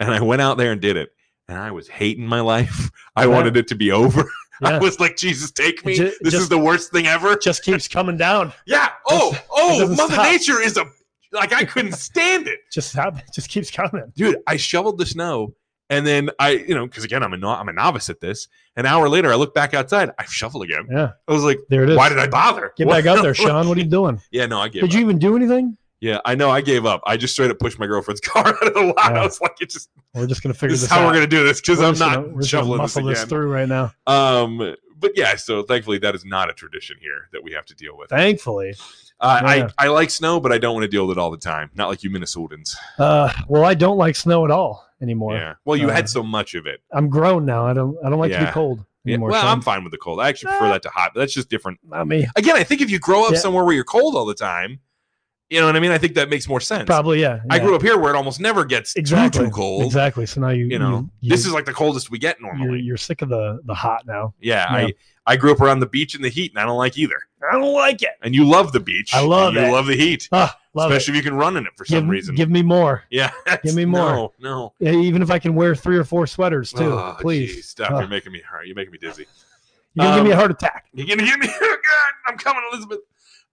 [SPEAKER 2] and I went out there and did it, and I was hating my life. I
[SPEAKER 1] Yeah.
[SPEAKER 2] wanted it to be over. I
[SPEAKER 1] Yeah.
[SPEAKER 2] was like, Jesus, take me.
[SPEAKER 1] Ju-
[SPEAKER 2] this is
[SPEAKER 1] just-
[SPEAKER 2] the worst thing ever.
[SPEAKER 1] Just keeps coming down.
[SPEAKER 2] Yeah. Oh,
[SPEAKER 1] it
[SPEAKER 2] oh,
[SPEAKER 1] doesn't
[SPEAKER 2] Mother
[SPEAKER 1] stop.
[SPEAKER 2] Nature is a like I couldn't stand it.
[SPEAKER 1] Just stop. Just keeps coming.
[SPEAKER 2] dude, I shoveled the snow. And then I, you know, because again, I'm a no, I'm a novice at this. An hour later, I look back outside. I shoveled again.
[SPEAKER 1] Yeah,
[SPEAKER 2] I was like,
[SPEAKER 1] there it is.
[SPEAKER 2] "Why did I bother?"
[SPEAKER 1] Get
[SPEAKER 2] What-
[SPEAKER 1] back out there, Sean. What are you doing?
[SPEAKER 2] yeah, no, I gave
[SPEAKER 1] Did
[SPEAKER 2] up.
[SPEAKER 1] you even do anything?
[SPEAKER 2] yeah, I know, I gave up. I just straight up pushed my girlfriend's car out of the lot. I
[SPEAKER 1] Yeah.
[SPEAKER 2] was like, "It just
[SPEAKER 1] We're just gonna figure
[SPEAKER 2] this
[SPEAKER 1] this,
[SPEAKER 2] is how
[SPEAKER 1] out.
[SPEAKER 2] we're gonna do this because
[SPEAKER 1] We're
[SPEAKER 2] I'm
[SPEAKER 1] just
[SPEAKER 2] not
[SPEAKER 1] gonna- we're just gonna
[SPEAKER 2] shoveling this
[SPEAKER 1] muscle
[SPEAKER 2] again."
[SPEAKER 1] this through right now.
[SPEAKER 2] um, but yeah, so thankfully that is not a tradition here that we have to deal with.
[SPEAKER 1] Thankfully,
[SPEAKER 2] Uh,
[SPEAKER 1] yeah.
[SPEAKER 2] I I like snow, but I don't want to deal with it all the time. Not like you Minnesotans.
[SPEAKER 1] uh, well, I don't like snow at all anymore.
[SPEAKER 2] yeah. Well, you
[SPEAKER 1] uh,
[SPEAKER 2] had so much of it.
[SPEAKER 1] I'm grown now. I don't. I don't like to
[SPEAKER 2] Yeah.
[SPEAKER 1] be cold
[SPEAKER 2] Yeah.
[SPEAKER 1] anymore.
[SPEAKER 2] Well,
[SPEAKER 1] Sean.
[SPEAKER 2] I'm fine with the cold. I actually prefer that to hot. But that's just different.
[SPEAKER 1] not me.
[SPEAKER 2] again, I think if you grow up
[SPEAKER 1] Yeah.
[SPEAKER 2] somewhere where you're cold all the time, you know what I mean? I think that makes more sense.
[SPEAKER 1] Probably yeah.
[SPEAKER 2] I
[SPEAKER 1] yeah.
[SPEAKER 2] grew up here where it almost never gets too,
[SPEAKER 1] exactly
[SPEAKER 2] too, cold.
[SPEAKER 1] Exactly. So now you
[SPEAKER 2] You know, this is like the coldest we get
[SPEAKER 1] you're,
[SPEAKER 2] normally.
[SPEAKER 1] you're sick of the the hot now.
[SPEAKER 2] yeah,
[SPEAKER 1] yeah.
[SPEAKER 2] I I grew up around the beach and the heat, and I don't like either.
[SPEAKER 1] I don't like it.
[SPEAKER 2] And you love the beach.
[SPEAKER 1] I love
[SPEAKER 2] and you
[SPEAKER 1] it.
[SPEAKER 2] love the heat,
[SPEAKER 1] Ah, love
[SPEAKER 2] especially if you can run in it for
[SPEAKER 1] it. Give,
[SPEAKER 2] some reason.
[SPEAKER 1] give me more.
[SPEAKER 2] yeah,
[SPEAKER 1] give me more.
[SPEAKER 2] No, no.
[SPEAKER 1] Yeah, even if I can wear three or four sweaters too,
[SPEAKER 2] Oh,
[SPEAKER 1] please.
[SPEAKER 2] geez, stop!
[SPEAKER 1] Ah.
[SPEAKER 2] You're making me hurt. You're making me dizzy.
[SPEAKER 1] You're gonna give me a
[SPEAKER 2] Um,
[SPEAKER 1] heart attack.
[SPEAKER 2] You're gonna give me oh God, I'm coming, Elizabeth.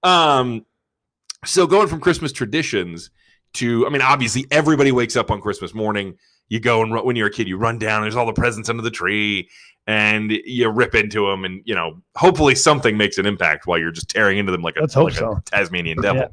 [SPEAKER 2] Um so going from Christmas traditions to I mean, obviously everybody wakes up on Christmas morning. You go and run, when you're a kid, you run down, there's all the presents under the tree, and you rip into them, and you know, hopefully something makes an impact while you're just tearing into them like a,
[SPEAKER 1] Let's hope
[SPEAKER 2] like a
[SPEAKER 1] so.
[SPEAKER 2] Tasmanian devil.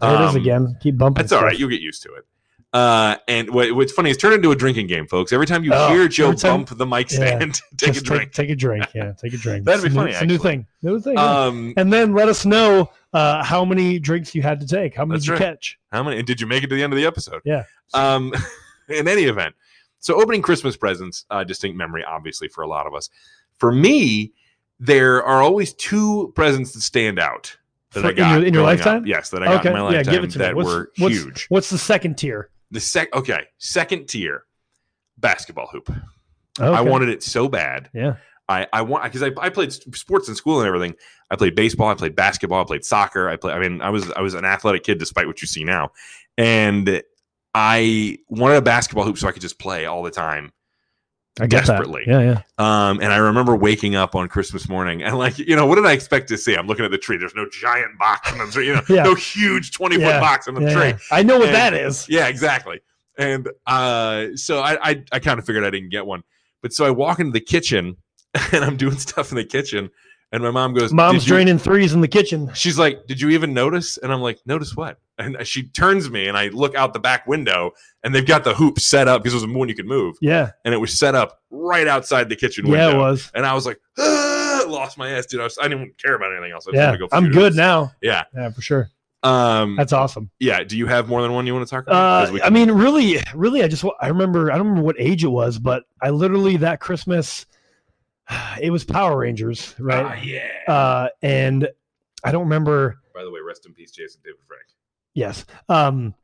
[SPEAKER 1] There it is
[SPEAKER 2] Um,
[SPEAKER 1] again. Keep bumping.
[SPEAKER 2] That's all
[SPEAKER 1] stuff.
[SPEAKER 2] right, you'll get used to it. Uh, and what, what's funny is turn into a drinking game, folks. Every time you
[SPEAKER 1] Oh,
[SPEAKER 2] hear Joe
[SPEAKER 1] every time-
[SPEAKER 2] bump the mic
[SPEAKER 1] Yeah.
[SPEAKER 2] stand, take a
[SPEAKER 1] Just
[SPEAKER 2] drink.
[SPEAKER 1] Take, a drink. Yeah, take a drink.
[SPEAKER 2] That'd be
[SPEAKER 1] It's a new-
[SPEAKER 2] funny,
[SPEAKER 1] It's a new
[SPEAKER 2] actually.
[SPEAKER 1] thing. New thing. yeah.
[SPEAKER 2] Um,
[SPEAKER 1] and then let us know uh, how many drinks you had to take. How many
[SPEAKER 2] That's
[SPEAKER 1] did you
[SPEAKER 2] right.
[SPEAKER 1] catch?
[SPEAKER 2] How many? And did you make it to the end of the episode?
[SPEAKER 1] Yeah.
[SPEAKER 2] Um, in any event, so opening Christmas presents, uh, distinct memory, obviously, for a lot of us. For me, there are always two presents that stand out that
[SPEAKER 1] For-
[SPEAKER 2] I
[SPEAKER 1] in
[SPEAKER 2] got
[SPEAKER 1] your- in your
[SPEAKER 2] growing up.
[SPEAKER 1] lifetime?
[SPEAKER 2] Yes, that I got in my
[SPEAKER 1] Okay, yeah,
[SPEAKER 2] lifetime
[SPEAKER 1] give it to me.
[SPEAKER 2] that
[SPEAKER 1] What's-
[SPEAKER 2] were
[SPEAKER 1] what's-
[SPEAKER 2] huge.
[SPEAKER 1] What's the second tier?
[SPEAKER 2] The sec, okay, second tier, basketball hoop.
[SPEAKER 1] Okay.
[SPEAKER 2] I wanted it so bad.
[SPEAKER 1] Yeah.
[SPEAKER 2] I, I want because I, I played s- sports in school and everything. I played baseball, I played basketball, I played soccer. I play. I mean, I was I was an athletic kid despite what you see now, and I wanted a basketball hoop so I could just play all the time.
[SPEAKER 1] I get that.
[SPEAKER 2] desperately.
[SPEAKER 1] Yeah, yeah.
[SPEAKER 2] Um, and I remember waking up on Christmas morning and like, you know, what did I expect to see? I'm looking at the tree. There's no giant box on the tree, you know,
[SPEAKER 1] Yeah.
[SPEAKER 2] no huge 20 foot
[SPEAKER 1] Yeah.
[SPEAKER 2] box on the
[SPEAKER 1] Yeah,
[SPEAKER 2] tree.
[SPEAKER 1] yeah. I know what
[SPEAKER 2] And-
[SPEAKER 1] that is.
[SPEAKER 2] Yeah, exactly. And uh, so I, I, I kind of figured I didn't get one. But so I walk into the kitchen and I'm doing stuff in the kitchen. And my mom goes,
[SPEAKER 1] Mom's
[SPEAKER 2] "Did you-"
[SPEAKER 1] draining threes in the kitchen.
[SPEAKER 2] She's like, Did you even notice? And I'm like, Notice what? And she turns me and I look out the back window and they've got the hoop set up because it was when you could move.
[SPEAKER 1] Yeah,
[SPEAKER 2] And it was set up right outside the kitchen window.
[SPEAKER 1] yeah, it was.
[SPEAKER 2] And I was like, "Ah," lost my ass, dude. I, was, I didn't care about anything else. I just
[SPEAKER 1] Yeah,
[SPEAKER 2] wanted to go
[SPEAKER 1] I'm
[SPEAKER 2] feud
[SPEAKER 1] good
[SPEAKER 2] with
[SPEAKER 1] now.
[SPEAKER 2] this.
[SPEAKER 1] Yeah, for sure.
[SPEAKER 2] Yeah. Um,
[SPEAKER 1] That's awesome.
[SPEAKER 2] yeah. Do you have more than one you want to talk about?
[SPEAKER 1] Uh,
[SPEAKER 2] 'Cause we
[SPEAKER 1] I
[SPEAKER 2] can-
[SPEAKER 1] mean, really, really, I just wa- I remember I don't remember what age it was, but I literally that Christmas, it was Power Rangers,
[SPEAKER 2] Ah,
[SPEAKER 1] right?
[SPEAKER 2] yeah.
[SPEAKER 1] Uh, and I don't remember.
[SPEAKER 2] By the way, rest in peace, Jason David Frank.
[SPEAKER 1] Yes, um,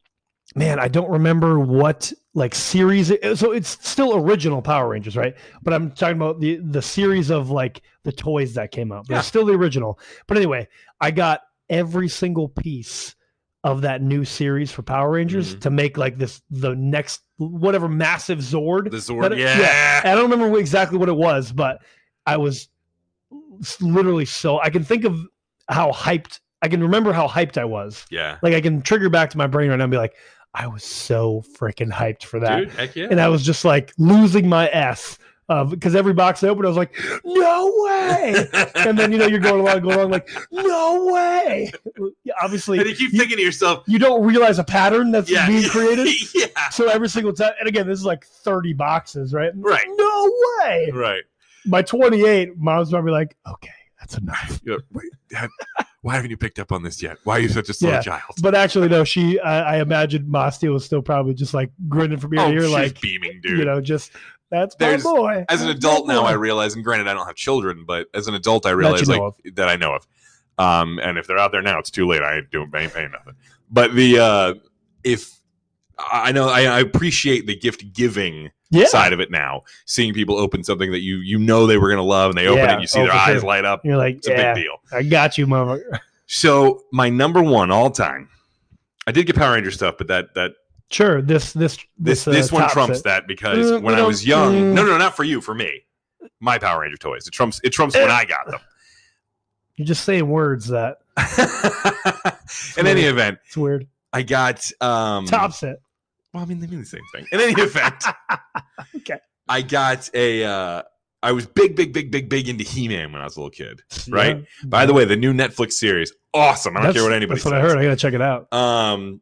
[SPEAKER 1] man, I don't remember what like series. It, so it's still original Power Rangers, right? But I'm talking about the the series of like the toys that came out. But
[SPEAKER 2] Yeah.
[SPEAKER 1] It's still the original. But anyway, I got every single piece of that new series for Power Rangers
[SPEAKER 2] Mhm.
[SPEAKER 1] to make like this the next whatever massive Zord.
[SPEAKER 2] The Zord.
[SPEAKER 1] That-
[SPEAKER 2] yeah.
[SPEAKER 1] I don't remember what- exactly what it was, but I was s- literally so I can think of how hyped I can remember how hyped I was.
[SPEAKER 2] Yeah.
[SPEAKER 1] Like I can trigger back to my brain right now and be like, I was so freaking hyped for that.
[SPEAKER 2] Dude, heck yeah.
[SPEAKER 1] And I was just like losing my S because every box I opened, I was like, no way. and then you know you're going along, going along like, no way. Yeah, Obviously,
[SPEAKER 2] and you keep thinking to yourself,
[SPEAKER 1] you don't realize a pattern that's
[SPEAKER 2] yeah.
[SPEAKER 1] being created.
[SPEAKER 2] yeah.
[SPEAKER 1] So every single time, and again, this is like 30 boxes, right?
[SPEAKER 2] Right.
[SPEAKER 1] No way.
[SPEAKER 2] Right.
[SPEAKER 1] By 28, mom's probably like, okay, that's enough.
[SPEAKER 2] You're like, Wait, have, why haven't you picked up on this yet? Why are you such a slow
[SPEAKER 1] Yeah,
[SPEAKER 2] child?
[SPEAKER 1] But actually, no, she, I, I imagine Ma Steele was still probably just like grinning from ear
[SPEAKER 2] oh,
[SPEAKER 1] to ear,
[SPEAKER 2] she's
[SPEAKER 1] like,
[SPEAKER 2] beaming, dude.
[SPEAKER 1] you know, just, that's
[SPEAKER 2] There's-
[SPEAKER 1] my boy.
[SPEAKER 2] as an
[SPEAKER 1] That's
[SPEAKER 2] adult
[SPEAKER 1] my
[SPEAKER 2] now, I
[SPEAKER 1] boy."
[SPEAKER 2] realize, and granted, I don't have children, but as an adult, I realize
[SPEAKER 1] know
[SPEAKER 2] like that I know of. Um, and if they're out there now, it's too late. I ain't doing, I ain't paying nothing. But the uh, if I I know, I, I appreciate the gift giving
[SPEAKER 1] yeah.
[SPEAKER 2] side of it now. Seeing people open something that you you know they were gonna love, and they open
[SPEAKER 1] Yeah,
[SPEAKER 2] it, and you see
[SPEAKER 1] oh,
[SPEAKER 2] their
[SPEAKER 1] for
[SPEAKER 2] eyes
[SPEAKER 1] sure.
[SPEAKER 2] light up.
[SPEAKER 1] You're like,
[SPEAKER 2] It's a
[SPEAKER 1] yeah,
[SPEAKER 2] big deal.
[SPEAKER 1] I got you, mama.
[SPEAKER 2] So my number one all time. I did get Power Ranger stuff, but that that
[SPEAKER 1] Sure. This, this,
[SPEAKER 2] this
[SPEAKER 1] this, uh,
[SPEAKER 2] this, one
[SPEAKER 1] tops
[SPEAKER 2] trumps
[SPEAKER 1] it.
[SPEAKER 2] that because
[SPEAKER 1] Uh,
[SPEAKER 2] when I
[SPEAKER 1] no,
[SPEAKER 2] was young,
[SPEAKER 1] mm.
[SPEAKER 2] no, no, not for you, for me, my Power Ranger toys. It trumps it trumps when I got them.
[SPEAKER 1] You're just saying words that
[SPEAKER 2] In any event,
[SPEAKER 1] it's weird.
[SPEAKER 2] I got um
[SPEAKER 1] Tops it.
[SPEAKER 2] Well, I mean, they mean the same thing. In any event,
[SPEAKER 1] Okay.
[SPEAKER 2] I got a. Uh, I was big, big, big, big, big into He-Man when I was a little kid. Right? By the way, the new Netflix series, awesome. I don't care what anybody
[SPEAKER 1] That's
[SPEAKER 2] says.
[SPEAKER 1] what I heard. I got to check it out.
[SPEAKER 2] Um,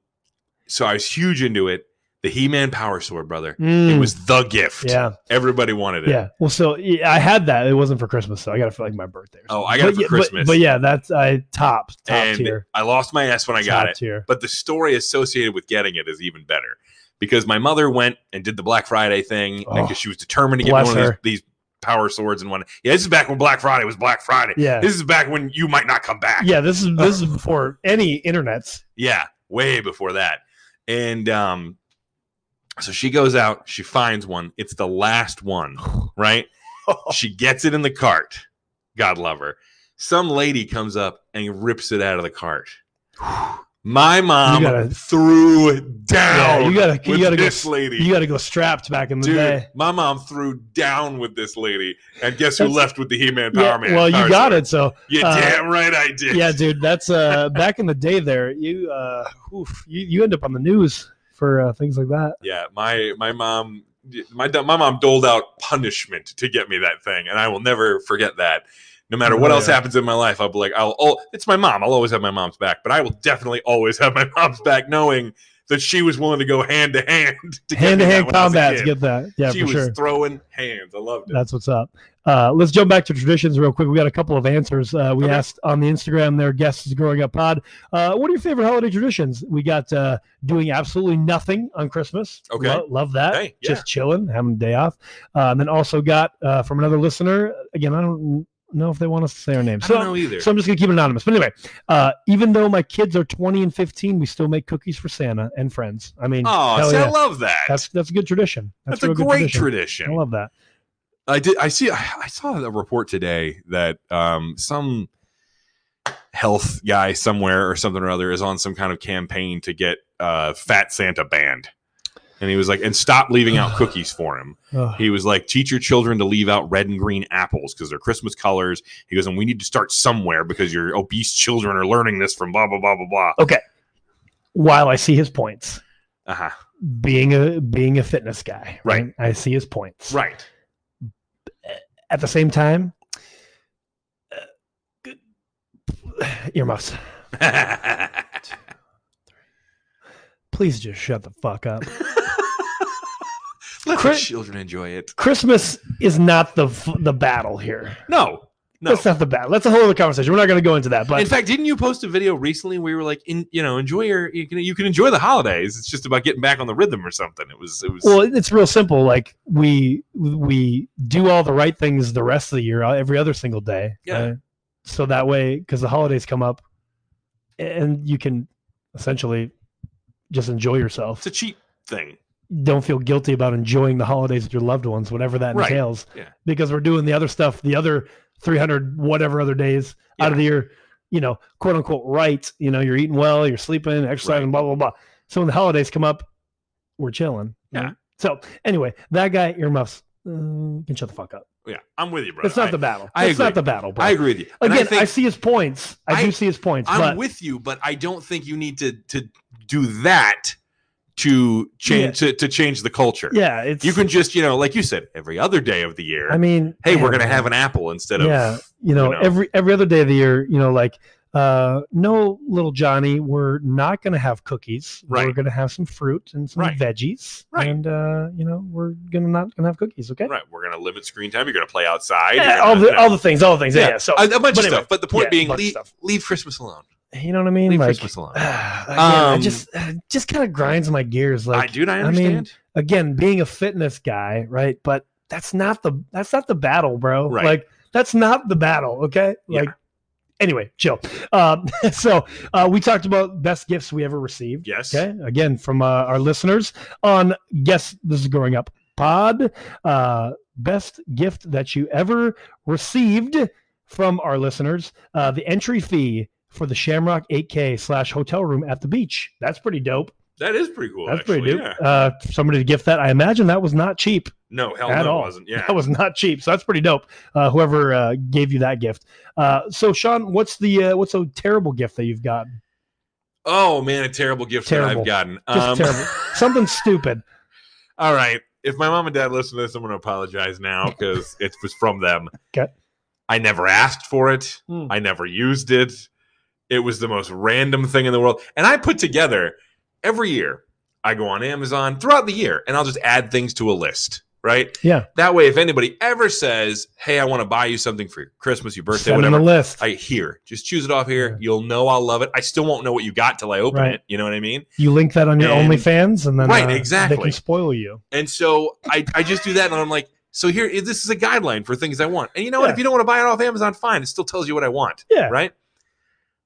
[SPEAKER 2] so I was huge into it. The He-Man Power Sword, brother. It
[SPEAKER 1] Mm,
[SPEAKER 2] was the gift.
[SPEAKER 1] Yeah.
[SPEAKER 2] Everybody wanted it.
[SPEAKER 1] Yeah. Well, so yeah, I had that. It wasn't for Christmas, so I got it for like my birthday. Or
[SPEAKER 2] Oh,
[SPEAKER 1] something.
[SPEAKER 2] I got
[SPEAKER 1] But
[SPEAKER 2] it for
[SPEAKER 1] yeah- but-
[SPEAKER 2] Christmas.
[SPEAKER 1] But, yeah, that's I top top
[SPEAKER 2] and
[SPEAKER 1] tier.
[SPEAKER 2] I lost my ass when I got
[SPEAKER 1] top
[SPEAKER 2] it.
[SPEAKER 1] tier.
[SPEAKER 2] But the story associated with getting it is even better because my mother went and did the Black Friday thing
[SPEAKER 1] Oh,
[SPEAKER 2] because she was determined to get
[SPEAKER 1] bless
[SPEAKER 2] one of
[SPEAKER 1] her.
[SPEAKER 2] these, these power swords and one. Yeah, this is back when Black Friday was Black Friday.
[SPEAKER 1] Yeah.
[SPEAKER 2] This is back when you might not come back.
[SPEAKER 1] Yeah. This is this is before any internets.
[SPEAKER 2] Yeah, way before that. And um, so she goes out, she finds one. It's the last one, right? she gets it in the cart. God love her. Some lady comes up and rips it out of the cart. My mom
[SPEAKER 1] You gotta-
[SPEAKER 2] threw down.
[SPEAKER 1] Yeah, you gotta- you
[SPEAKER 2] with
[SPEAKER 1] gotta go-
[SPEAKER 2] this lady.
[SPEAKER 1] You got to go strapped back in the
[SPEAKER 2] Dude,
[SPEAKER 1] day.
[SPEAKER 2] my mom threw down with this lady, and guess who
[SPEAKER 1] That's-
[SPEAKER 2] left with the He-Man Power
[SPEAKER 1] Yeah,
[SPEAKER 2] Man?
[SPEAKER 1] well, you
[SPEAKER 2] Power
[SPEAKER 1] got
[SPEAKER 2] Sword?
[SPEAKER 1] it. So
[SPEAKER 2] You
[SPEAKER 1] Uh,
[SPEAKER 2] damn right I did.
[SPEAKER 1] yeah, dude, that's uh back in the day. There, you uh, oof, you, you end up on the news for uh, things like that.
[SPEAKER 2] yeah my my mom my da- my mom doled out punishment to get me that thing and i will never forget that no matter what
[SPEAKER 1] Oh,
[SPEAKER 2] else
[SPEAKER 1] yeah.
[SPEAKER 2] happens in my life i'll be like i'll oh it's my mom i'll always have my mom's back but i will definitely always have my mom's back knowing that she was willing to go hand to hand to get me
[SPEAKER 1] Hand to hand
[SPEAKER 2] that when I was a
[SPEAKER 1] combat to
[SPEAKER 2] kid.
[SPEAKER 1] get that. Yeah,
[SPEAKER 2] she
[SPEAKER 1] for
[SPEAKER 2] was
[SPEAKER 1] sure.
[SPEAKER 2] throwing hands i loved it
[SPEAKER 1] That's what's up. Uh, let's jump back to traditions real quick. We got a couple of answers. Uh, we
[SPEAKER 2] Okay.
[SPEAKER 1] asked on the Instagram there, guests growing up pod. Uh, what are your favorite holiday traditions? We got uh, doing absolutely nothing on Christmas.
[SPEAKER 2] Okay.
[SPEAKER 1] Lo- love that.
[SPEAKER 2] Hey, yeah.
[SPEAKER 1] Just chilling, having a day off. Uh, and then also got uh, from another listener. Again, I don't know if they want us to say our name.
[SPEAKER 2] i
[SPEAKER 1] So,
[SPEAKER 2] don't know either
[SPEAKER 1] so I'm just gonna keep it anonymous. But anyway, uh, even though my kids are 20 and 15, we still make cookies for Santa and friends. I mean,
[SPEAKER 2] oh
[SPEAKER 1] hell
[SPEAKER 2] see, i
[SPEAKER 1] yeah.
[SPEAKER 2] love that
[SPEAKER 1] that's that's a good tradition.
[SPEAKER 2] That's
[SPEAKER 1] real
[SPEAKER 2] a
[SPEAKER 1] good
[SPEAKER 2] great
[SPEAKER 1] tradition.
[SPEAKER 2] tradition.
[SPEAKER 1] I love that.
[SPEAKER 2] I did. I see. I, I saw a report today that um, some health guy somewhere or something or other is on some kind of campaign to get uh, Fat Santa banned. And he was like, and stop leaving out cookies for him.
[SPEAKER 1] Ugh.
[SPEAKER 2] He was like, teach your children to leave out red and green apples because they're Christmas colors. He goes, and we need to start somewhere because your obese children are learning this from blah blah blah blah blah.
[SPEAKER 1] while I see his points,
[SPEAKER 2] Uh-huh.
[SPEAKER 1] being a being a fitness guy,
[SPEAKER 2] Right.
[SPEAKER 1] I see his points.
[SPEAKER 2] Right.
[SPEAKER 1] At the same time, uh, good- earmuffs. Please just shut the fuck up.
[SPEAKER 2] Let
[SPEAKER 1] Cri-
[SPEAKER 2] the children enjoy it.
[SPEAKER 1] Christmas is not the f- the battle here.
[SPEAKER 2] No. No.
[SPEAKER 1] That's not the battle. That's a whole other conversation. We're not going to go into that. But
[SPEAKER 2] in fact, didn't you post a video recently where you were like, in, you know, enjoy your, you can, you can enjoy the holidays. It's just about getting back on the rhythm or something. It was, it was.
[SPEAKER 1] well, it's real simple. Like we we do all the right things the rest of the year, uh, every other single day. Uh,
[SPEAKER 2] Yeah.
[SPEAKER 1] so that way, because the holidays come up, and you can essentially just enjoy yourself.
[SPEAKER 2] it's a cheap thing.
[SPEAKER 1] don't feel guilty about enjoying the holidays with your loved ones, whatever that
[SPEAKER 2] Right.
[SPEAKER 1] entails.
[SPEAKER 2] Yeah.
[SPEAKER 1] Because we're doing the other stuff, the other 300 whatever other days out of the year, you know, quote unquote, right. You know, you're eating well, you're sleeping, exercising, blah, blah, blah. So when the holidays come up, we're chilling.
[SPEAKER 2] Yeah.
[SPEAKER 1] right? So anyway, that guy, earmuffs, uh, can shut the fuck up.
[SPEAKER 2] Yeah. I'm with you, bro.
[SPEAKER 1] it's not
[SPEAKER 2] I,
[SPEAKER 1] the battle.
[SPEAKER 2] I
[SPEAKER 1] it's not
[SPEAKER 2] agree.
[SPEAKER 1] the battle. Bro.
[SPEAKER 2] I agree with you. And
[SPEAKER 1] Again, I,
[SPEAKER 2] I think
[SPEAKER 1] see his points. I,
[SPEAKER 2] I-
[SPEAKER 1] do see his points.
[SPEAKER 2] I'm
[SPEAKER 1] but
[SPEAKER 2] with you, but I don't think you need to, to do that to change, to, to change the culture.
[SPEAKER 1] yeah, it's,
[SPEAKER 2] You can just, you know, like you said, every other day of the year.
[SPEAKER 1] I mean,
[SPEAKER 2] hey, we're
[SPEAKER 1] man.
[SPEAKER 2] going to have an apple instead of,
[SPEAKER 1] yeah, you know,
[SPEAKER 2] know.
[SPEAKER 1] every every other day of the year, you know, like uh, no, little Johnny, we're not going to have cookies. We're
[SPEAKER 2] Right.
[SPEAKER 1] going to have some fruit and some
[SPEAKER 2] Right.
[SPEAKER 1] veggies.
[SPEAKER 2] Right.
[SPEAKER 1] And, uh, you know, we're gonna not going to have cookies, okay?
[SPEAKER 2] Right. We're gonna limit screen time. You're gonna play outside.
[SPEAKER 1] Yeah,
[SPEAKER 2] You're
[SPEAKER 1] all,
[SPEAKER 2] gonna-
[SPEAKER 1] the, all the things, all the things. Yeah, yeah. So,
[SPEAKER 2] a, a bunch
[SPEAKER 1] but
[SPEAKER 2] of
[SPEAKER 1] anyway,
[SPEAKER 2] stuff. But the point
[SPEAKER 1] yeah,
[SPEAKER 2] being,
[SPEAKER 1] bunch of
[SPEAKER 2] leave,
[SPEAKER 1] stuff.
[SPEAKER 2] leave Christmas alone.
[SPEAKER 1] you know what I mean?
[SPEAKER 2] Leave
[SPEAKER 1] like,
[SPEAKER 2] Christmas alone.
[SPEAKER 1] again, I
[SPEAKER 2] Um,
[SPEAKER 1] just, uh, just kind of grinds my gears. Like,
[SPEAKER 2] I dude, I
[SPEAKER 1] I mean,
[SPEAKER 2] understand.
[SPEAKER 1] again being a fitness guy right but that's not the that's not the battle bro
[SPEAKER 2] Right.
[SPEAKER 1] like that's not the battle okay
[SPEAKER 2] Yeah.
[SPEAKER 1] like anyway chill um so uh we talked about best gifts we ever received
[SPEAKER 2] yes.
[SPEAKER 1] okay again from uh, our listeners on guess this is growing up pod uh best gift that you ever received from our listeners uh the entry fee for the shamrock 8k slash hotel room at the beach that's pretty dope
[SPEAKER 2] That is pretty cool.
[SPEAKER 1] that's
[SPEAKER 2] actually.
[SPEAKER 1] pretty dope.
[SPEAKER 2] Yeah.
[SPEAKER 1] Uh, for somebody to gift that, I imagine that was not cheap.
[SPEAKER 2] No, hell
[SPEAKER 1] At
[SPEAKER 2] no,
[SPEAKER 1] all.
[SPEAKER 2] it wasn't. Yeah.
[SPEAKER 1] That was not cheap. So that's pretty dope. Uh, whoever uh, gave you that gift. Uh, so Sean, what's the uh, what's a terrible gift that you've got?
[SPEAKER 2] oh man, a terrible gift that
[SPEAKER 1] Terrible.
[SPEAKER 2] I've gotten. Um,
[SPEAKER 1] Just terrible. Something stupid.
[SPEAKER 2] all right. If my mom and dad listen to this, I'm gonna apologize now because it was from them.
[SPEAKER 1] Okay.
[SPEAKER 2] I never asked for it.
[SPEAKER 1] Hmm.
[SPEAKER 2] I never used it. It was the most random thing in the world. And I put together every year, I go on Amazon throughout the year and I'll just add things to a list, right?
[SPEAKER 1] Yeah.
[SPEAKER 2] That way, if anybody ever says, Hey, I want to buy you something for your Christmas, your birthday,
[SPEAKER 1] Send them
[SPEAKER 2] whatever,
[SPEAKER 1] a list.
[SPEAKER 2] I here, just choose it off here.
[SPEAKER 1] Yeah.
[SPEAKER 2] You'll know I'll love it. I still won't know what you got till I open
[SPEAKER 1] Right.
[SPEAKER 2] it. You know what I mean?
[SPEAKER 1] you link that on your
[SPEAKER 2] And-
[SPEAKER 1] OnlyFans, and then
[SPEAKER 2] Right,
[SPEAKER 1] uh,
[SPEAKER 2] exactly.
[SPEAKER 1] They can spoil you.
[SPEAKER 2] And so I, I just do that and I'm like, so here this is a guideline for things I want. And you know what?
[SPEAKER 1] Yeah.
[SPEAKER 2] If you don't want to buy it off Amazon, fine. It still tells you what I want.
[SPEAKER 1] Yeah.
[SPEAKER 2] Right?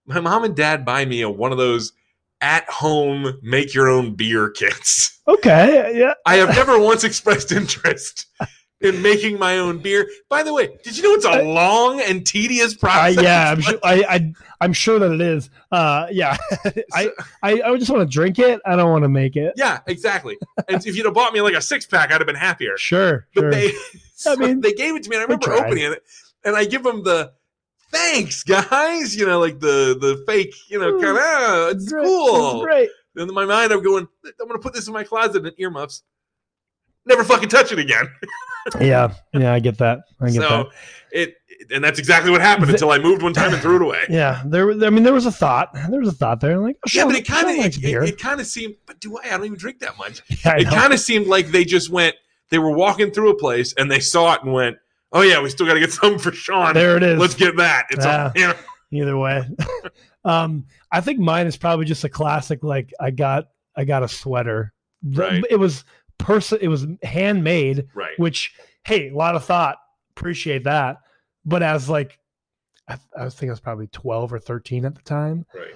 [SPEAKER 2] My mom and dad buy me a one of those at home make your own beer kits.
[SPEAKER 1] Okay. Yeah.
[SPEAKER 2] I have never once expressed interest in making my own beer. By the way, did you know it's a long and tedious
[SPEAKER 1] I,
[SPEAKER 2] process?
[SPEAKER 1] yeah. I'm sure. I, I I'm sure that it is. Uh, yeah. I, I I just want to drink it. I don't want to make it.
[SPEAKER 2] Yeah, exactly. And if you'd have bought me like a six pack, I'd have been happier.
[SPEAKER 1] Sure.
[SPEAKER 2] But
[SPEAKER 1] sure.
[SPEAKER 2] they, so
[SPEAKER 1] mean,
[SPEAKER 2] they gave it to me, and I
[SPEAKER 1] they
[SPEAKER 2] remember
[SPEAKER 1] tried.
[SPEAKER 2] opening it, and I give them the thanks, guys. You know, like the the fake, you know,
[SPEAKER 1] Mm,
[SPEAKER 2] kind of it's
[SPEAKER 1] Great.
[SPEAKER 2] cool.
[SPEAKER 1] Great.
[SPEAKER 2] And in my mind, I'm going, I'm gonna put this in my closet and earmuffs. Never fucking touch it again.
[SPEAKER 1] Yeah. Yeah. I get that. I get that.
[SPEAKER 2] So it, and that's exactly what happened
[SPEAKER 1] The-
[SPEAKER 2] until I moved one time and threw it away.
[SPEAKER 1] Yeah, there. was- I mean, there was a thought. There was a thought there. Like, oh,
[SPEAKER 2] Yeah,
[SPEAKER 1] Sean-
[SPEAKER 2] but it kind
[SPEAKER 1] Sean
[SPEAKER 2] of
[SPEAKER 1] likes
[SPEAKER 2] it,
[SPEAKER 1] beer.
[SPEAKER 2] kind of seemed. But do I? I don't even drink that much.
[SPEAKER 1] Yeah, I
[SPEAKER 2] It
[SPEAKER 1] know.
[SPEAKER 2] kind of seemed like they just went. They were walking through a place and they saw it and went, "Oh yeah, we still got to get something for Sean.
[SPEAKER 1] there it is.
[SPEAKER 2] Let's get that." It's
[SPEAKER 1] Yeah.
[SPEAKER 2] all, you know,
[SPEAKER 1] Either way, um, I think mine is probably just a classic. Like, I got, I got a sweater. The-
[SPEAKER 2] Right.
[SPEAKER 1] It was person. It was handmade,
[SPEAKER 2] right.
[SPEAKER 1] which hey, a lot of thought. Appreciate that. But as like, I, I think I was probably twelve or thirteen at the time.
[SPEAKER 2] Right.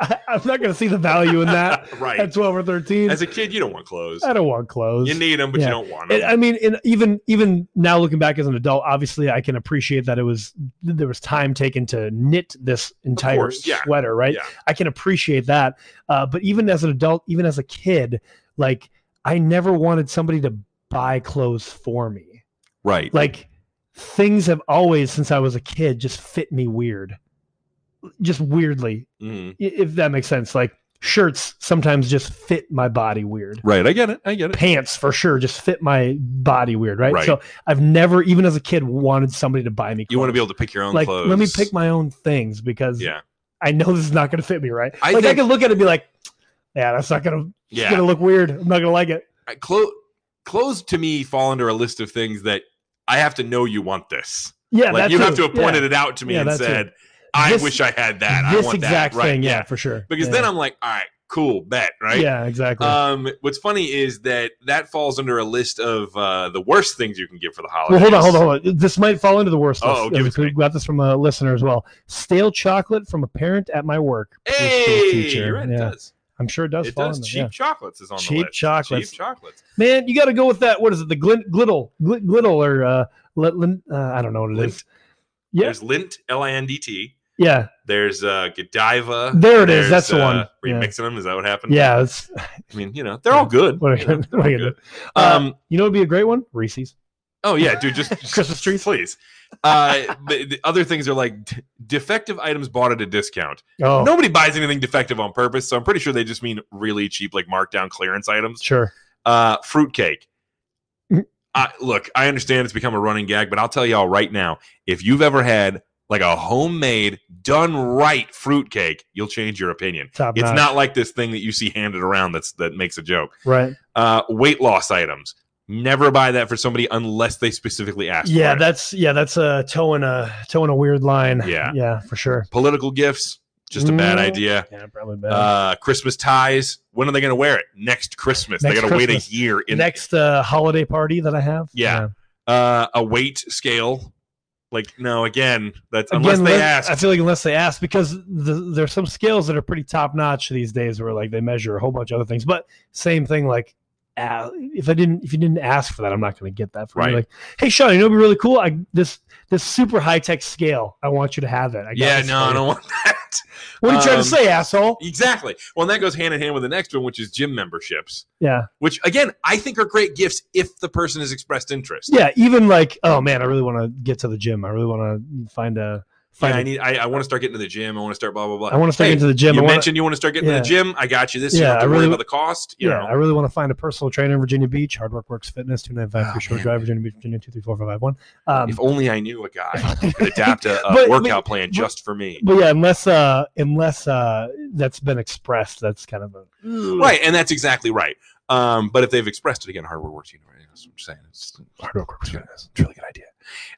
[SPEAKER 1] I, I'm not going to see the value in that at
[SPEAKER 2] right.
[SPEAKER 1] 12 or 13.
[SPEAKER 2] As a kid, you don't want clothes.
[SPEAKER 1] I don't want clothes.
[SPEAKER 2] You need them, but
[SPEAKER 1] Yeah.
[SPEAKER 2] you don't want
[SPEAKER 1] And,
[SPEAKER 2] them.
[SPEAKER 1] I mean, and even even now looking back as an adult, obviously I can appreciate that it was there was time taken to knit this entire
[SPEAKER 2] course, yeah,
[SPEAKER 1] sweater, right?
[SPEAKER 2] yeah.
[SPEAKER 1] I can appreciate that. Uh, but even as an adult, even as a kid, like I never wanted somebody to buy clothes for me.
[SPEAKER 2] right.
[SPEAKER 1] Like things have always, since I was a kid, just fit me weird, just weirdly,
[SPEAKER 2] Mhm.
[SPEAKER 1] i- if that makes sense. Like shirts sometimes just fit my body weird
[SPEAKER 2] Right. I get it. I get it.
[SPEAKER 1] pants for sure just fit my body weird, right?
[SPEAKER 2] Right.
[SPEAKER 1] So I've never, even as a kid, wanted somebody to buy me. Clothes.
[SPEAKER 2] You want to be able to pick your own
[SPEAKER 1] like,
[SPEAKER 2] clothes.
[SPEAKER 1] let me pick my own things because
[SPEAKER 2] Yeah.
[SPEAKER 1] I know this is not going to fit me, right?
[SPEAKER 2] I
[SPEAKER 1] like I
[SPEAKER 2] think-
[SPEAKER 1] can look at it and be like, yeah, that's not going to, it's
[SPEAKER 2] Yeah.
[SPEAKER 1] going to look weird. I'm not going to like it.
[SPEAKER 2] I- clo- clothes to me fall under a list of things that I have to know you want this.
[SPEAKER 1] Yeah,
[SPEAKER 2] like
[SPEAKER 1] that
[SPEAKER 2] you
[SPEAKER 1] too.
[SPEAKER 2] have to have
[SPEAKER 1] yeah.
[SPEAKER 2] pointed it out to me
[SPEAKER 1] Yeah,
[SPEAKER 2] and
[SPEAKER 1] that too.
[SPEAKER 2] said, "I
[SPEAKER 1] This-
[SPEAKER 2] wish I had that. I
[SPEAKER 1] This
[SPEAKER 2] want
[SPEAKER 1] exact
[SPEAKER 2] that." Right.
[SPEAKER 1] thing, yeah, for sure.
[SPEAKER 2] Because
[SPEAKER 1] yeah.
[SPEAKER 2] then I'm like, "All right, cool, bet." Right.
[SPEAKER 1] yeah, exactly.
[SPEAKER 2] Um, what's funny is that that falls under a list of uh, the worst things you can get for the
[SPEAKER 1] well,
[SPEAKER 2] holidays.
[SPEAKER 1] hold on, hold on, hold on. This might fall into the worst
[SPEAKER 2] Oh,
[SPEAKER 1] list.
[SPEAKER 2] give it to
[SPEAKER 1] we
[SPEAKER 2] me.
[SPEAKER 1] got this from a listener as well. Stale chocolate from a parent at my work. This is for the
[SPEAKER 2] Hey,
[SPEAKER 1] future.
[SPEAKER 2] you're right, it
[SPEAKER 1] Yeah,
[SPEAKER 2] does.
[SPEAKER 1] I'm sure it does
[SPEAKER 2] It
[SPEAKER 1] fall
[SPEAKER 2] does.
[SPEAKER 1] into
[SPEAKER 2] Cheap
[SPEAKER 1] yeah.
[SPEAKER 2] chocolates is on the
[SPEAKER 1] Cheap
[SPEAKER 2] list.
[SPEAKER 1] chocolates.
[SPEAKER 2] Cheap chocolates.
[SPEAKER 1] Man, you got to go with that. What is it? The glint, glittle, glit, glittle, or uh, lit, lin, uh, I don't know what it is.
[SPEAKER 2] Lint.
[SPEAKER 1] Yeah.
[SPEAKER 2] There's lint, L I N D T.
[SPEAKER 1] Yeah,
[SPEAKER 2] There's uh, Godiva.
[SPEAKER 1] There it is.
[SPEAKER 2] There's,
[SPEAKER 1] That's the
[SPEAKER 2] uh,
[SPEAKER 1] one.
[SPEAKER 2] Were you
[SPEAKER 1] Yeah.
[SPEAKER 2] mixing them? Is that what happened?
[SPEAKER 1] yeah. It's,
[SPEAKER 2] I mean, you know, they're all good.
[SPEAKER 1] what are,
[SPEAKER 2] You
[SPEAKER 1] you
[SPEAKER 2] know,
[SPEAKER 1] what
[SPEAKER 2] they're all
[SPEAKER 1] are you gonna
[SPEAKER 2] good.
[SPEAKER 1] do? Uh,
[SPEAKER 2] Um.
[SPEAKER 1] you know, it'd be a great one. Reese's.
[SPEAKER 2] Oh yeah, dude. Just just-
[SPEAKER 1] Christmas trees?
[SPEAKER 2] please. Uh, but the other things are like d- defective items bought at a discount.
[SPEAKER 1] Oh,
[SPEAKER 2] Nobody buys anything defective on purpose, so I'm pretty sure they just mean really cheap, like markdown clearance items.
[SPEAKER 1] sure.
[SPEAKER 2] uh, fruitcake.
[SPEAKER 1] Mhm.
[SPEAKER 2] I, look, I understand it's become a running gag, but I'll tell y'all right now: if you've ever had like a homemade, done right fruitcake, you'll change your opinion.
[SPEAKER 1] Top
[SPEAKER 2] It's
[SPEAKER 1] notch.
[SPEAKER 2] not like this thing that you see handed around that's that makes a joke.
[SPEAKER 1] right.
[SPEAKER 2] Uh, weight loss items. Never buy that for somebody unless they specifically ask. for
[SPEAKER 1] Yeah,
[SPEAKER 2] it.
[SPEAKER 1] that's yeah, that's a toe in a toe in a weird line.
[SPEAKER 2] Yeah.
[SPEAKER 1] yeah, for sure.
[SPEAKER 2] political gifts. Just a bad
[SPEAKER 1] Mm.
[SPEAKER 2] idea.
[SPEAKER 1] Yeah, probably bad.
[SPEAKER 2] Uh, Christmas ties. When are they going to wear it? Next Christmas. they
[SPEAKER 1] Next
[SPEAKER 2] got to wait a
[SPEAKER 1] Christmas.
[SPEAKER 2] year. In
[SPEAKER 1] Next uh, holiday party that I have.
[SPEAKER 2] Yeah. uh, a weight scale. Like no, again, that's unless
[SPEAKER 1] Again,
[SPEAKER 2] they
[SPEAKER 1] let-
[SPEAKER 2] ask.
[SPEAKER 1] I feel like unless they ask, because the, there's some scales that are pretty top notch these days, where like they measure a whole bunch of other things. But same thing, like uh, if I didn't, if you didn't ask for that, I'm not going to get that from you.
[SPEAKER 2] Right.
[SPEAKER 1] Like, hey, Sean, you know, what'd be really cool. I this this super high tech scale. I want you to have it. I got
[SPEAKER 2] yeah,
[SPEAKER 1] this
[SPEAKER 2] no, I
[SPEAKER 1] for you."
[SPEAKER 2] don't want that.
[SPEAKER 1] What are you trying
[SPEAKER 2] um,
[SPEAKER 1] to say, asshole?
[SPEAKER 2] Exactly. Well, and that goes hand in hand with the next one, which is gym memberships,
[SPEAKER 1] Yeah,
[SPEAKER 2] which again I think are great gifts if the person has expressed interest.
[SPEAKER 1] yeah. Even like, oh man, I really want to get to the gym. I really want to find a
[SPEAKER 2] Yeah,
[SPEAKER 1] find.
[SPEAKER 2] I
[SPEAKER 1] a-
[SPEAKER 2] need. I, I want to start getting to the gym. I want to start blah blah blah.
[SPEAKER 1] I want to start
[SPEAKER 2] Hey,
[SPEAKER 1] getting to the gym.
[SPEAKER 2] You
[SPEAKER 1] I wanna,
[SPEAKER 2] mentioned you want to start getting to
[SPEAKER 1] Yeah.
[SPEAKER 2] the gym. I got you this. Yeah, you
[SPEAKER 1] Yeah,
[SPEAKER 2] don't have to
[SPEAKER 1] I
[SPEAKER 2] worry
[SPEAKER 1] really-
[SPEAKER 2] about the cost. You
[SPEAKER 1] yeah,
[SPEAKER 2] know.
[SPEAKER 1] I really want to find a personal trainer in Virginia Beach. Hard Work Works Fitness, 295
[SPEAKER 2] Oh,
[SPEAKER 1] Free Shore
[SPEAKER 2] man.
[SPEAKER 1] Drive, Virginia Beach, Virginia 23451. Um,
[SPEAKER 2] if only I knew a guy who could adapt a, a
[SPEAKER 1] But-
[SPEAKER 2] workout plan just for me.
[SPEAKER 1] but yeah, unless uh, unless uh, that's been expressed, that's kind of a.
[SPEAKER 2] Right, and that's exactly right. Um, but if they've expressed it again, hardware works. You know, that's what I'm saying. It's, just-
[SPEAKER 1] Hard Work Works
[SPEAKER 2] it's, good.
[SPEAKER 1] Fitness.
[SPEAKER 2] It's a really good idea.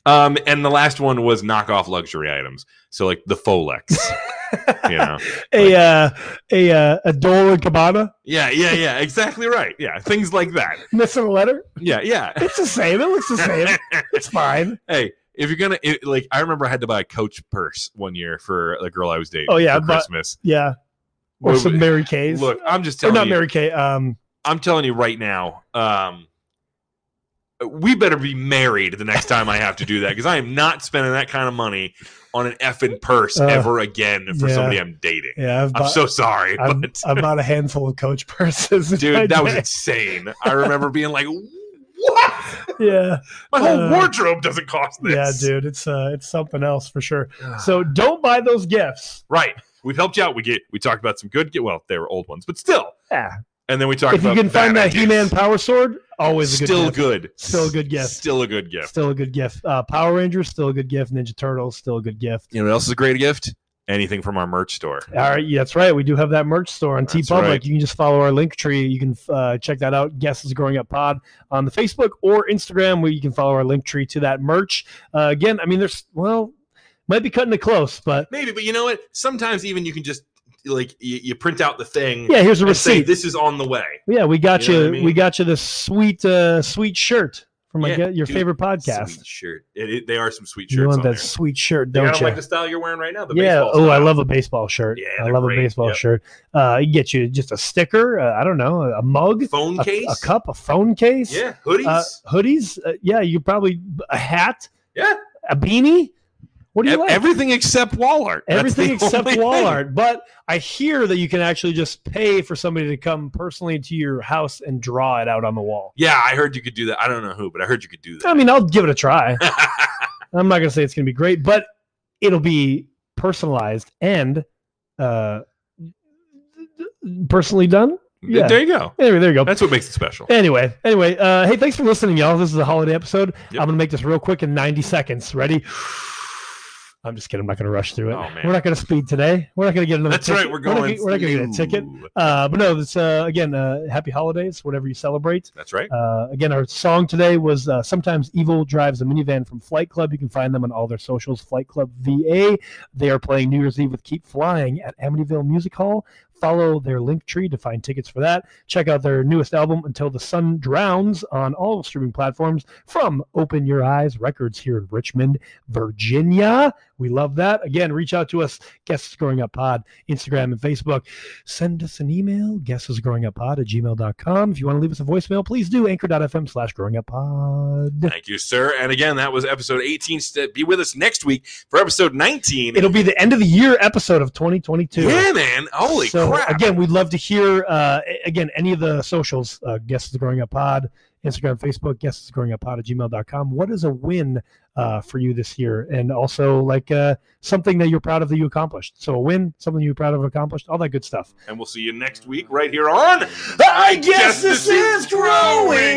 [SPEAKER 2] Um, and the last one was knockoff luxury items. So like the Folex. you know.
[SPEAKER 1] A, uh, a, uh, a Dole and Cabana,
[SPEAKER 2] Yeah, yeah, yeah. Exactly right. Yeah, things like that.
[SPEAKER 1] missing a letter.
[SPEAKER 2] Yeah, yeah.
[SPEAKER 1] It's the same. It looks the same. It's fine.
[SPEAKER 2] hey, if you're gonna it, like, I remember I had to buy a Coach purse one year for a girl I was dating.
[SPEAKER 1] Oh, yeah,
[SPEAKER 2] for
[SPEAKER 1] but-
[SPEAKER 2] Christmas.
[SPEAKER 1] Yeah. Or
[SPEAKER 2] Well,
[SPEAKER 1] some Mary Kay's.
[SPEAKER 2] Look, I'm just
[SPEAKER 1] or
[SPEAKER 2] telling
[SPEAKER 1] not
[SPEAKER 2] you.
[SPEAKER 1] Mary Kay. Um,
[SPEAKER 2] I'm telling you right now, um, we better be married the next time I have to do that because I am not spending that kind of money on an effing purse
[SPEAKER 1] Uh,
[SPEAKER 2] ever again for
[SPEAKER 1] yeah.
[SPEAKER 2] somebody I'm dating.
[SPEAKER 1] yeah, I've
[SPEAKER 2] I'm
[SPEAKER 1] bought,
[SPEAKER 2] so sorry,
[SPEAKER 1] I've,
[SPEAKER 2] but
[SPEAKER 1] I've bought a handful of Coach purses. in my
[SPEAKER 2] dude, that was
[SPEAKER 1] day.
[SPEAKER 2] insane. I remember being like, "What?
[SPEAKER 1] Yeah.
[SPEAKER 2] My whole
[SPEAKER 1] Uh,
[SPEAKER 2] wardrobe doesn't cost
[SPEAKER 1] Yeah,
[SPEAKER 2] this."
[SPEAKER 1] dude. It's, uh, it's something else for sure.
[SPEAKER 2] dude.
[SPEAKER 1] So don't buy those gifts.
[SPEAKER 2] right, we've helped you out. We get we talked about some good. Well, they were old ones, but still.
[SPEAKER 1] Yeah.
[SPEAKER 2] And then we talked
[SPEAKER 1] if you
[SPEAKER 2] about
[SPEAKER 1] can find
[SPEAKER 2] bad
[SPEAKER 1] that He-Man
[SPEAKER 2] ideas.
[SPEAKER 1] Power Sword, always a good
[SPEAKER 2] still
[SPEAKER 1] gift.
[SPEAKER 2] good,
[SPEAKER 1] Still a good gift.
[SPEAKER 2] still a good gift.
[SPEAKER 1] Still a good gift. Uh, Power Rangers, still a good gift. Ninja Turtles, still a good gift.
[SPEAKER 2] You know what else is a great gift? Anything from our merch store.
[SPEAKER 1] All right, yeah, that's right. We do have that merch store on T
[SPEAKER 2] That's
[SPEAKER 1] Public.
[SPEAKER 2] right.
[SPEAKER 1] You can just follow our link tree. You can uh, check that out. Guess is Growing Up Pod on the Facebook or Instagram, where you can follow our link tree to that merch. Uh, again, I mean, there's well, might be cutting it close, but
[SPEAKER 2] Maybe, but you know what? Sometimes even you can just like you, you print out the thing.
[SPEAKER 1] yeah, here's a
[SPEAKER 2] and say,
[SPEAKER 1] receipt.
[SPEAKER 2] this is on the way.
[SPEAKER 1] yeah, we got
[SPEAKER 2] You
[SPEAKER 1] you.
[SPEAKER 2] know what I mean?
[SPEAKER 1] We got you this sweet, uh, sweet shirt from a
[SPEAKER 2] Yeah,
[SPEAKER 1] get- your
[SPEAKER 2] dude,
[SPEAKER 1] favorite podcast.
[SPEAKER 2] Sweet shirt. It, it- they are some sweet shirts.
[SPEAKER 1] you want
[SPEAKER 2] on
[SPEAKER 1] that
[SPEAKER 2] there.
[SPEAKER 1] sweet shirt,
[SPEAKER 2] They got
[SPEAKER 1] don't
[SPEAKER 2] them
[SPEAKER 1] you?
[SPEAKER 2] like the style you're wearing right now. The
[SPEAKER 1] yeah.
[SPEAKER 2] baseball
[SPEAKER 1] Oh, I
[SPEAKER 2] style.
[SPEAKER 1] love a baseball shirt.
[SPEAKER 2] Yeah,
[SPEAKER 1] I
[SPEAKER 2] they're
[SPEAKER 1] love
[SPEAKER 2] great.
[SPEAKER 1] a baseball
[SPEAKER 2] Yep.
[SPEAKER 1] shirt. Uh, you get you just a sticker. Uh, I don't know, a mug,
[SPEAKER 2] phone
[SPEAKER 1] a,
[SPEAKER 2] case.
[SPEAKER 1] a cup, a phone case,
[SPEAKER 2] Yeah, hoodies.
[SPEAKER 1] uh, hoodies. Uh, yeah, you probably a hat,
[SPEAKER 2] yeah,
[SPEAKER 1] a beanie. What do you
[SPEAKER 2] Ev-
[SPEAKER 1] like?
[SPEAKER 2] E-, everything except wall art. That's
[SPEAKER 1] Everything
[SPEAKER 2] the
[SPEAKER 1] except
[SPEAKER 2] only thing.
[SPEAKER 1] wall art. But I hear that you can actually just pay for somebody to come personally to your house and draw it out on the wall.
[SPEAKER 2] Yeah, I heard you could do that. I don't know who, but I heard you could do
[SPEAKER 1] I
[SPEAKER 2] that.
[SPEAKER 1] mean, I'll give it a try. I'm not gonna say it's gonna be great, but it'll be personalized and uh, personally done. Yeah.
[SPEAKER 2] There you go.
[SPEAKER 1] Anyway, there you go.
[SPEAKER 2] That's what makes it special.
[SPEAKER 1] anyway, anyway, uh, hey, thanks for listening, y'all. This is a holiday episode.
[SPEAKER 2] Yep.
[SPEAKER 1] I'm gonna make this real quick in 90 seconds. Ready? I'm just kidding. I'm not gonna rush through it.
[SPEAKER 2] Oh, man.
[SPEAKER 1] we're not gonna speed today. We're not gonna get another.
[SPEAKER 2] That's
[SPEAKER 1] ticket.
[SPEAKER 2] right. We're
[SPEAKER 1] not
[SPEAKER 2] going.
[SPEAKER 1] gonna- We're not, gonna get a
[SPEAKER 2] slow.
[SPEAKER 1] ticket. Uh, but no, it's uh, again, uh, happy holidays, whatever you celebrate.
[SPEAKER 2] That's right.
[SPEAKER 1] Uh, again, our song today was uh, Sometimes Evil Drives a Minivan from Flight Club. You can find them on all their socials, Flight Club VA. They are playing New Year's Eve with Keep Flying at Amityville Music Hall. Follow their link tree to find tickets for that. Check out their newest album, Until the Sun Drowns, on all streaming platforms from Open Your Eyes Records here in Richmond, Virginia. We love that. Again, reach out to us, Guess is Growing Up Pod, Instagram and Facebook send us an email guessesgrowinguppod at gmail.com if you want to leave us a voicemail please do anchor.fm slash growinguppod
[SPEAKER 2] Thank you, sir. And again, that was episode 18. St- Be with us next week for episode 19.
[SPEAKER 1] it'll be the end of the year episode of 2022
[SPEAKER 2] yeah, man. Holy
[SPEAKER 1] so
[SPEAKER 2] crap.
[SPEAKER 1] again we'd love to hear uh, a- again any of the socials uh, guesses growing up pod instagram facebook guesses growing up pod at gmail.com what is a win uh, for you this year and also like uh, something that you're proud of that you accomplished so a win something you're proud of accomplished all that good stuff
[SPEAKER 2] and we'll see you next week right here on
[SPEAKER 1] i
[SPEAKER 2] guess this is growing